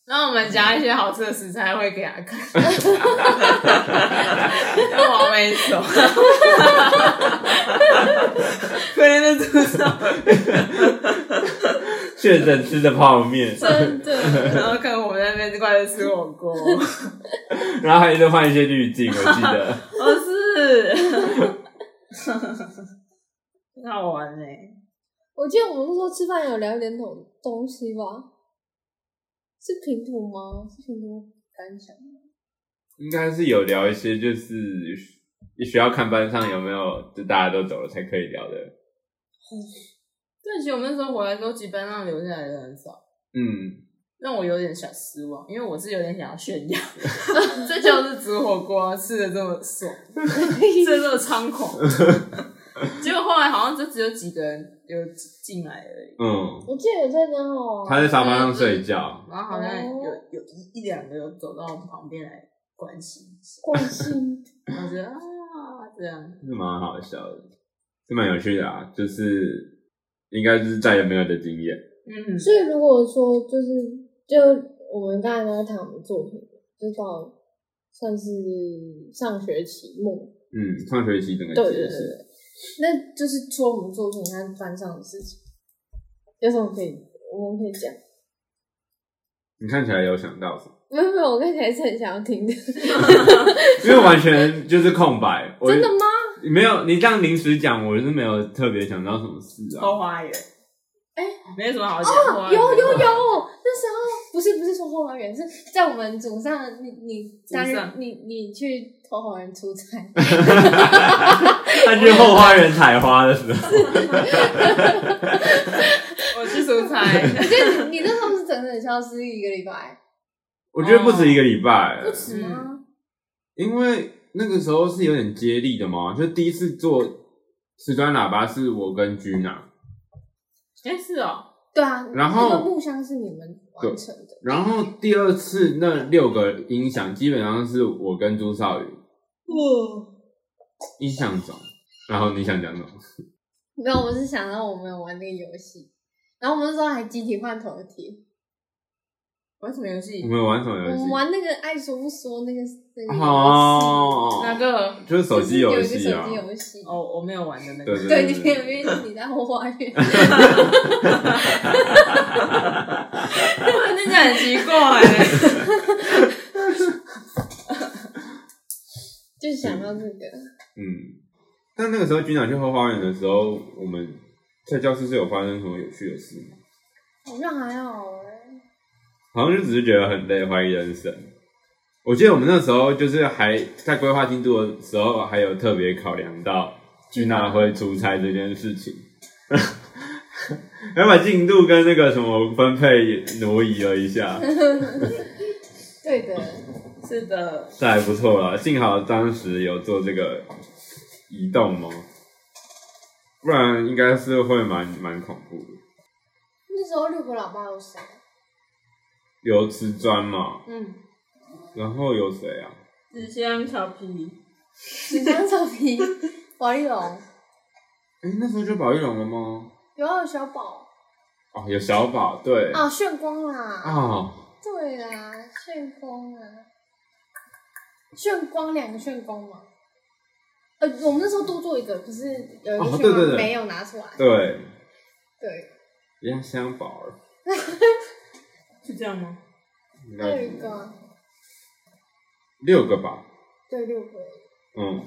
Speaker 4: 然后我们夹一些好吃的食材会给他 看，要往外走，可怜的主上，
Speaker 3: 确诊吃的泡面，
Speaker 1: 真的，
Speaker 4: 然后看我们哦在那边快乐吃火锅，
Speaker 3: 然后还一直换一些滤镜，我记得
Speaker 4: 哦是，很好玩欸呢、
Speaker 1: 我记得我们那时候吃饭有聊一点东东西吧，是平图吗？是平图感想 吗。
Speaker 3: 应该是有聊一些，就是需要看班上有没有就大家都走了才可以聊的。
Speaker 4: 但其实我们那时候回来之后，其实班上留下来的人很少。
Speaker 3: 嗯，
Speaker 4: 让我有点小失望，因为我是有点想要炫耀， 在教室煮火锅啊吃的这么爽，吃的这么 猖狂，结果后来好像就只有几个人有进来而已，
Speaker 3: 嗯，
Speaker 1: 我记得有在跟哦，
Speaker 3: 他在沙发上睡觉，
Speaker 4: 然后好像有有一一两个有走到我们旁边来关心一下，
Speaker 1: 关心，
Speaker 4: 我觉得啊这样，
Speaker 3: 是蛮好笑的，是蛮有趣的啊，就是应该就是再也没有的经验。
Speaker 4: 嗯，
Speaker 1: 所以如果说就是就我们刚才都在谈我们作品，就到算是上学期末，
Speaker 3: 嗯，上学期整个
Speaker 1: 对对
Speaker 3: 结
Speaker 1: 对
Speaker 3: 束。
Speaker 1: 对，那就是除了我们作品和班上的事情，有什么可以我们可以讲？
Speaker 3: 你看起来有想到什么？
Speaker 1: 没有没有，我刚才是很想要听的，
Speaker 3: 因为完全就是空白。我
Speaker 1: 真的吗？
Speaker 3: 没有，你这样临时讲，我是没有特别想到什么事
Speaker 4: 后
Speaker 1: 哦
Speaker 3: 啊。
Speaker 4: 花园，
Speaker 1: 哎
Speaker 4: 没什么好讲，后花
Speaker 1: 啊有
Speaker 4: 园
Speaker 1: 有有，那时候不是不是说后花园，是在我们组上，你你担
Speaker 4: 组
Speaker 1: 任
Speaker 4: 上
Speaker 1: 你你去后花园出差，
Speaker 3: 他去后花园采花的时候，
Speaker 4: 我去出差， 哎
Speaker 1: 我觉得你你那时候是整整消失一个礼拜，
Speaker 3: 我觉得不止一个礼拜，
Speaker 1: 哦不止吗？
Speaker 3: 因为那个时候是有点接力的嘛，就第一次做瓷砖喇叭是我跟君娜，
Speaker 4: 哎是哦，
Speaker 1: 对啊，
Speaker 3: 然后
Speaker 1: 那个木箱是你们完成的，
Speaker 3: 然后第二次那六个音响基本上是我跟朱少宇
Speaker 1: 哦
Speaker 4: 哇，
Speaker 3: 音响总，然后你想讲什么？
Speaker 1: 没有，我是想到我们有玩那个游戏，然后我们那时候还集体换头贴，
Speaker 4: 玩什么游戏
Speaker 3: 我？们有玩什么
Speaker 1: 我
Speaker 3: 游
Speaker 1: 们
Speaker 3: 戏？
Speaker 1: 玩那个爱说不说那个那个游戏，
Speaker 4: 哪
Speaker 3: 哦，
Speaker 4: 个？
Speaker 3: 就是手机游
Speaker 1: 就是有一
Speaker 3: 戏
Speaker 1: 个
Speaker 3: 啊
Speaker 1: 手机。游戏。
Speaker 4: 哦，我没有玩的那
Speaker 3: 对
Speaker 4: 个。
Speaker 3: 对
Speaker 1: 对，
Speaker 3: 对
Speaker 1: 你
Speaker 3: 对
Speaker 1: 有没有你在后花 园？
Speaker 4: 真的很奇怪、 欸。
Speaker 1: 就想到这个，
Speaker 3: 嗯，但那个时候军长去后花园的时候，我们在教室是有发生什么有趣的事吗？
Speaker 1: 好像还好哎。
Speaker 3: 好像就只是觉得很累，怀疑人生。我记得我们那时候就是还在规划进度的时候，还有特别考量到军长会出差这件事情， 还把进度跟那个什么分配挪移了一下，
Speaker 1: 对的，
Speaker 4: 是的，
Speaker 3: 这还不错啦。幸好当时有做这个移动吗？不然应该是会蛮蛮恐怖的。
Speaker 1: 那时候绿火喇叭有谁？
Speaker 3: 有瓷砖嘛，
Speaker 1: 嗯，
Speaker 3: 然后有谁啊？
Speaker 4: 纸箱调皮，
Speaker 1: 纸张草 皮、王力宏，
Speaker 3: 哎、那时候就宝玉龙了吗？
Speaker 1: 有啊有小宝
Speaker 3: 哦，有小宝，对，
Speaker 1: 啊，炫光啦，
Speaker 3: 哦，
Speaker 1: 对啊啦，炫光啦，炫啊光两个炫光嘛。呃，我们那时候多做一个，可是有一
Speaker 3: 哦
Speaker 1: 个
Speaker 3: 对
Speaker 1: 炫
Speaker 3: 对
Speaker 1: 光
Speaker 3: 对
Speaker 1: 没有拿出来。
Speaker 3: 对，
Speaker 1: 对，
Speaker 3: 压箱宝儿，
Speaker 4: 是这样吗？
Speaker 3: 应
Speaker 1: 还
Speaker 3: 该
Speaker 1: 有
Speaker 3: 是
Speaker 1: 一个啊，
Speaker 3: 六个吧，
Speaker 1: 对六个，
Speaker 3: 嗯，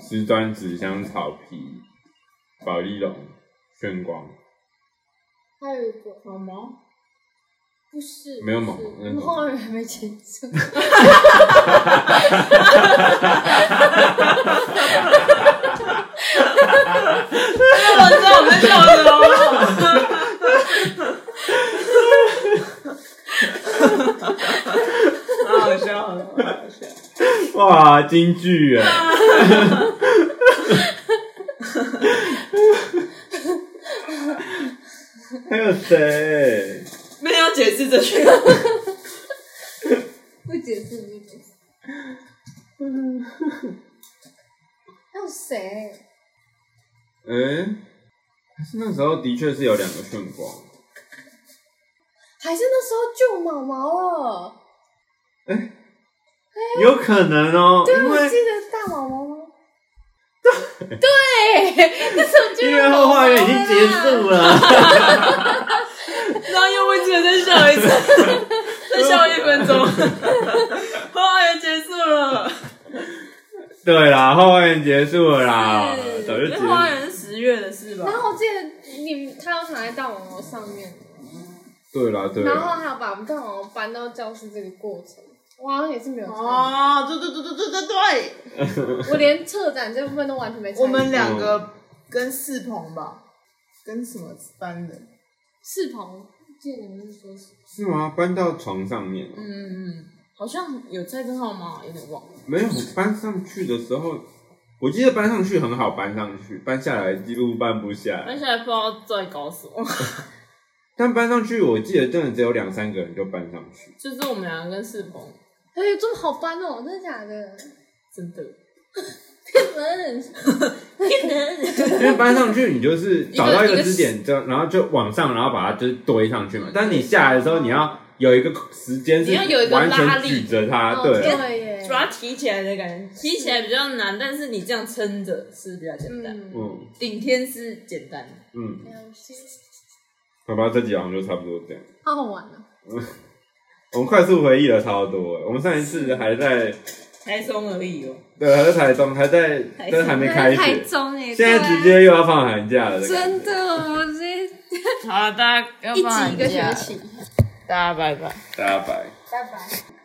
Speaker 3: 瓷砖、纸箱、草皮、宝丽龙、炫光，
Speaker 1: 还有一个
Speaker 4: 毛毛，
Speaker 1: 不是
Speaker 3: 没有毛
Speaker 1: 不是我
Speaker 3: 那个
Speaker 1: 们后面还没结束。
Speaker 4: 我知道我们在笑什么了。好好笑，好好笑。
Speaker 3: 哇，京剧哎， 还有谁？
Speaker 4: 没有解释这句，
Speaker 1: 不解释，不解 释。还有谁？
Speaker 3: 哎、还是那时候的确是有两个炫光，
Speaker 1: 还是那时候救毛毛啊了？
Speaker 3: 有可能哦、
Speaker 1: 啊对，啊
Speaker 3: 因
Speaker 1: 我
Speaker 3: 为
Speaker 1: 记得大毛毛吗？对，那时候救
Speaker 3: 因
Speaker 1: 了
Speaker 3: 为
Speaker 1: 毛
Speaker 3: 后
Speaker 1: 毛
Speaker 3: 花园已经
Speaker 1: 啦
Speaker 3: 结束。了，
Speaker 4: 然后又为这个再笑一次，再笑一分钟，哇，也结束了。
Speaker 3: 对啦，后花园结束了啦，
Speaker 4: 是
Speaker 3: 早就结
Speaker 4: 因
Speaker 3: 束
Speaker 4: 为花
Speaker 3: 了。
Speaker 4: 园是十月的事吧
Speaker 1: 然？后我记得你他要躺在大毛毛上面，
Speaker 3: 对啦，对
Speaker 1: 然
Speaker 3: 啦，
Speaker 1: 后还有把大毛毛搬到教室这个过程，我好像也是没有参与，
Speaker 4: 哦，对对对对对对对，
Speaker 1: 我连策展这部分都完全没参与。
Speaker 6: 我们两个跟四鹏吧，跟什么班的？
Speaker 1: 世鹏，记得你们是说是
Speaker 3: 是吗？搬到床上面了，
Speaker 4: 嗯嗯，好像有蔡正浩吗？有点忘了。
Speaker 3: 没有搬上去的时候，我记得搬上去很好搬上去，搬下来几乎搬不下来
Speaker 4: 但。现在不知道在搞什么，
Speaker 3: 但搬上去，我记得真的只有两三个人就搬上去，
Speaker 4: 就是我们两个跟世鹏，
Speaker 1: 哎、有这么好搬哦、真的假的？
Speaker 4: 真的
Speaker 1: 骗人！
Speaker 3: 因为搬上去你就是
Speaker 4: 个
Speaker 3: 找到一
Speaker 4: 一
Speaker 3: 个
Speaker 4: 个
Speaker 3: 支点，之后然后就往上，然后把它就是堆上去嘛。但你下来的时候，你要有一个时间是
Speaker 4: 你要有一个
Speaker 3: 完
Speaker 4: 拉
Speaker 3: 全
Speaker 4: 力
Speaker 3: 举着它，
Speaker 1: 哦
Speaker 3: 对，
Speaker 1: 对耶
Speaker 4: 主，要提起来的感觉，提起来比较难，但是你这样撑着是比较简单，
Speaker 1: 嗯，
Speaker 3: 嗯
Speaker 4: 顶天是简单的。
Speaker 3: 嗯，
Speaker 1: 良心
Speaker 3: 好吧，这集好像就差不多这样。
Speaker 1: 好好玩啊！
Speaker 3: 我们快速回忆了超多欸，我们上一次还在
Speaker 4: 台中而已哦，
Speaker 3: 对还在台中，还在
Speaker 4: 台中
Speaker 3: 都还没开
Speaker 5: 台
Speaker 3: 学，
Speaker 5: 中哎，
Speaker 3: 现在直接又要放寒假了，
Speaker 5: 对啊真的，我们直接
Speaker 4: 好，大家
Speaker 1: 一集一个学，期，
Speaker 4: 大家拜拜。
Speaker 3: 大家拜。
Speaker 1: 拜拜。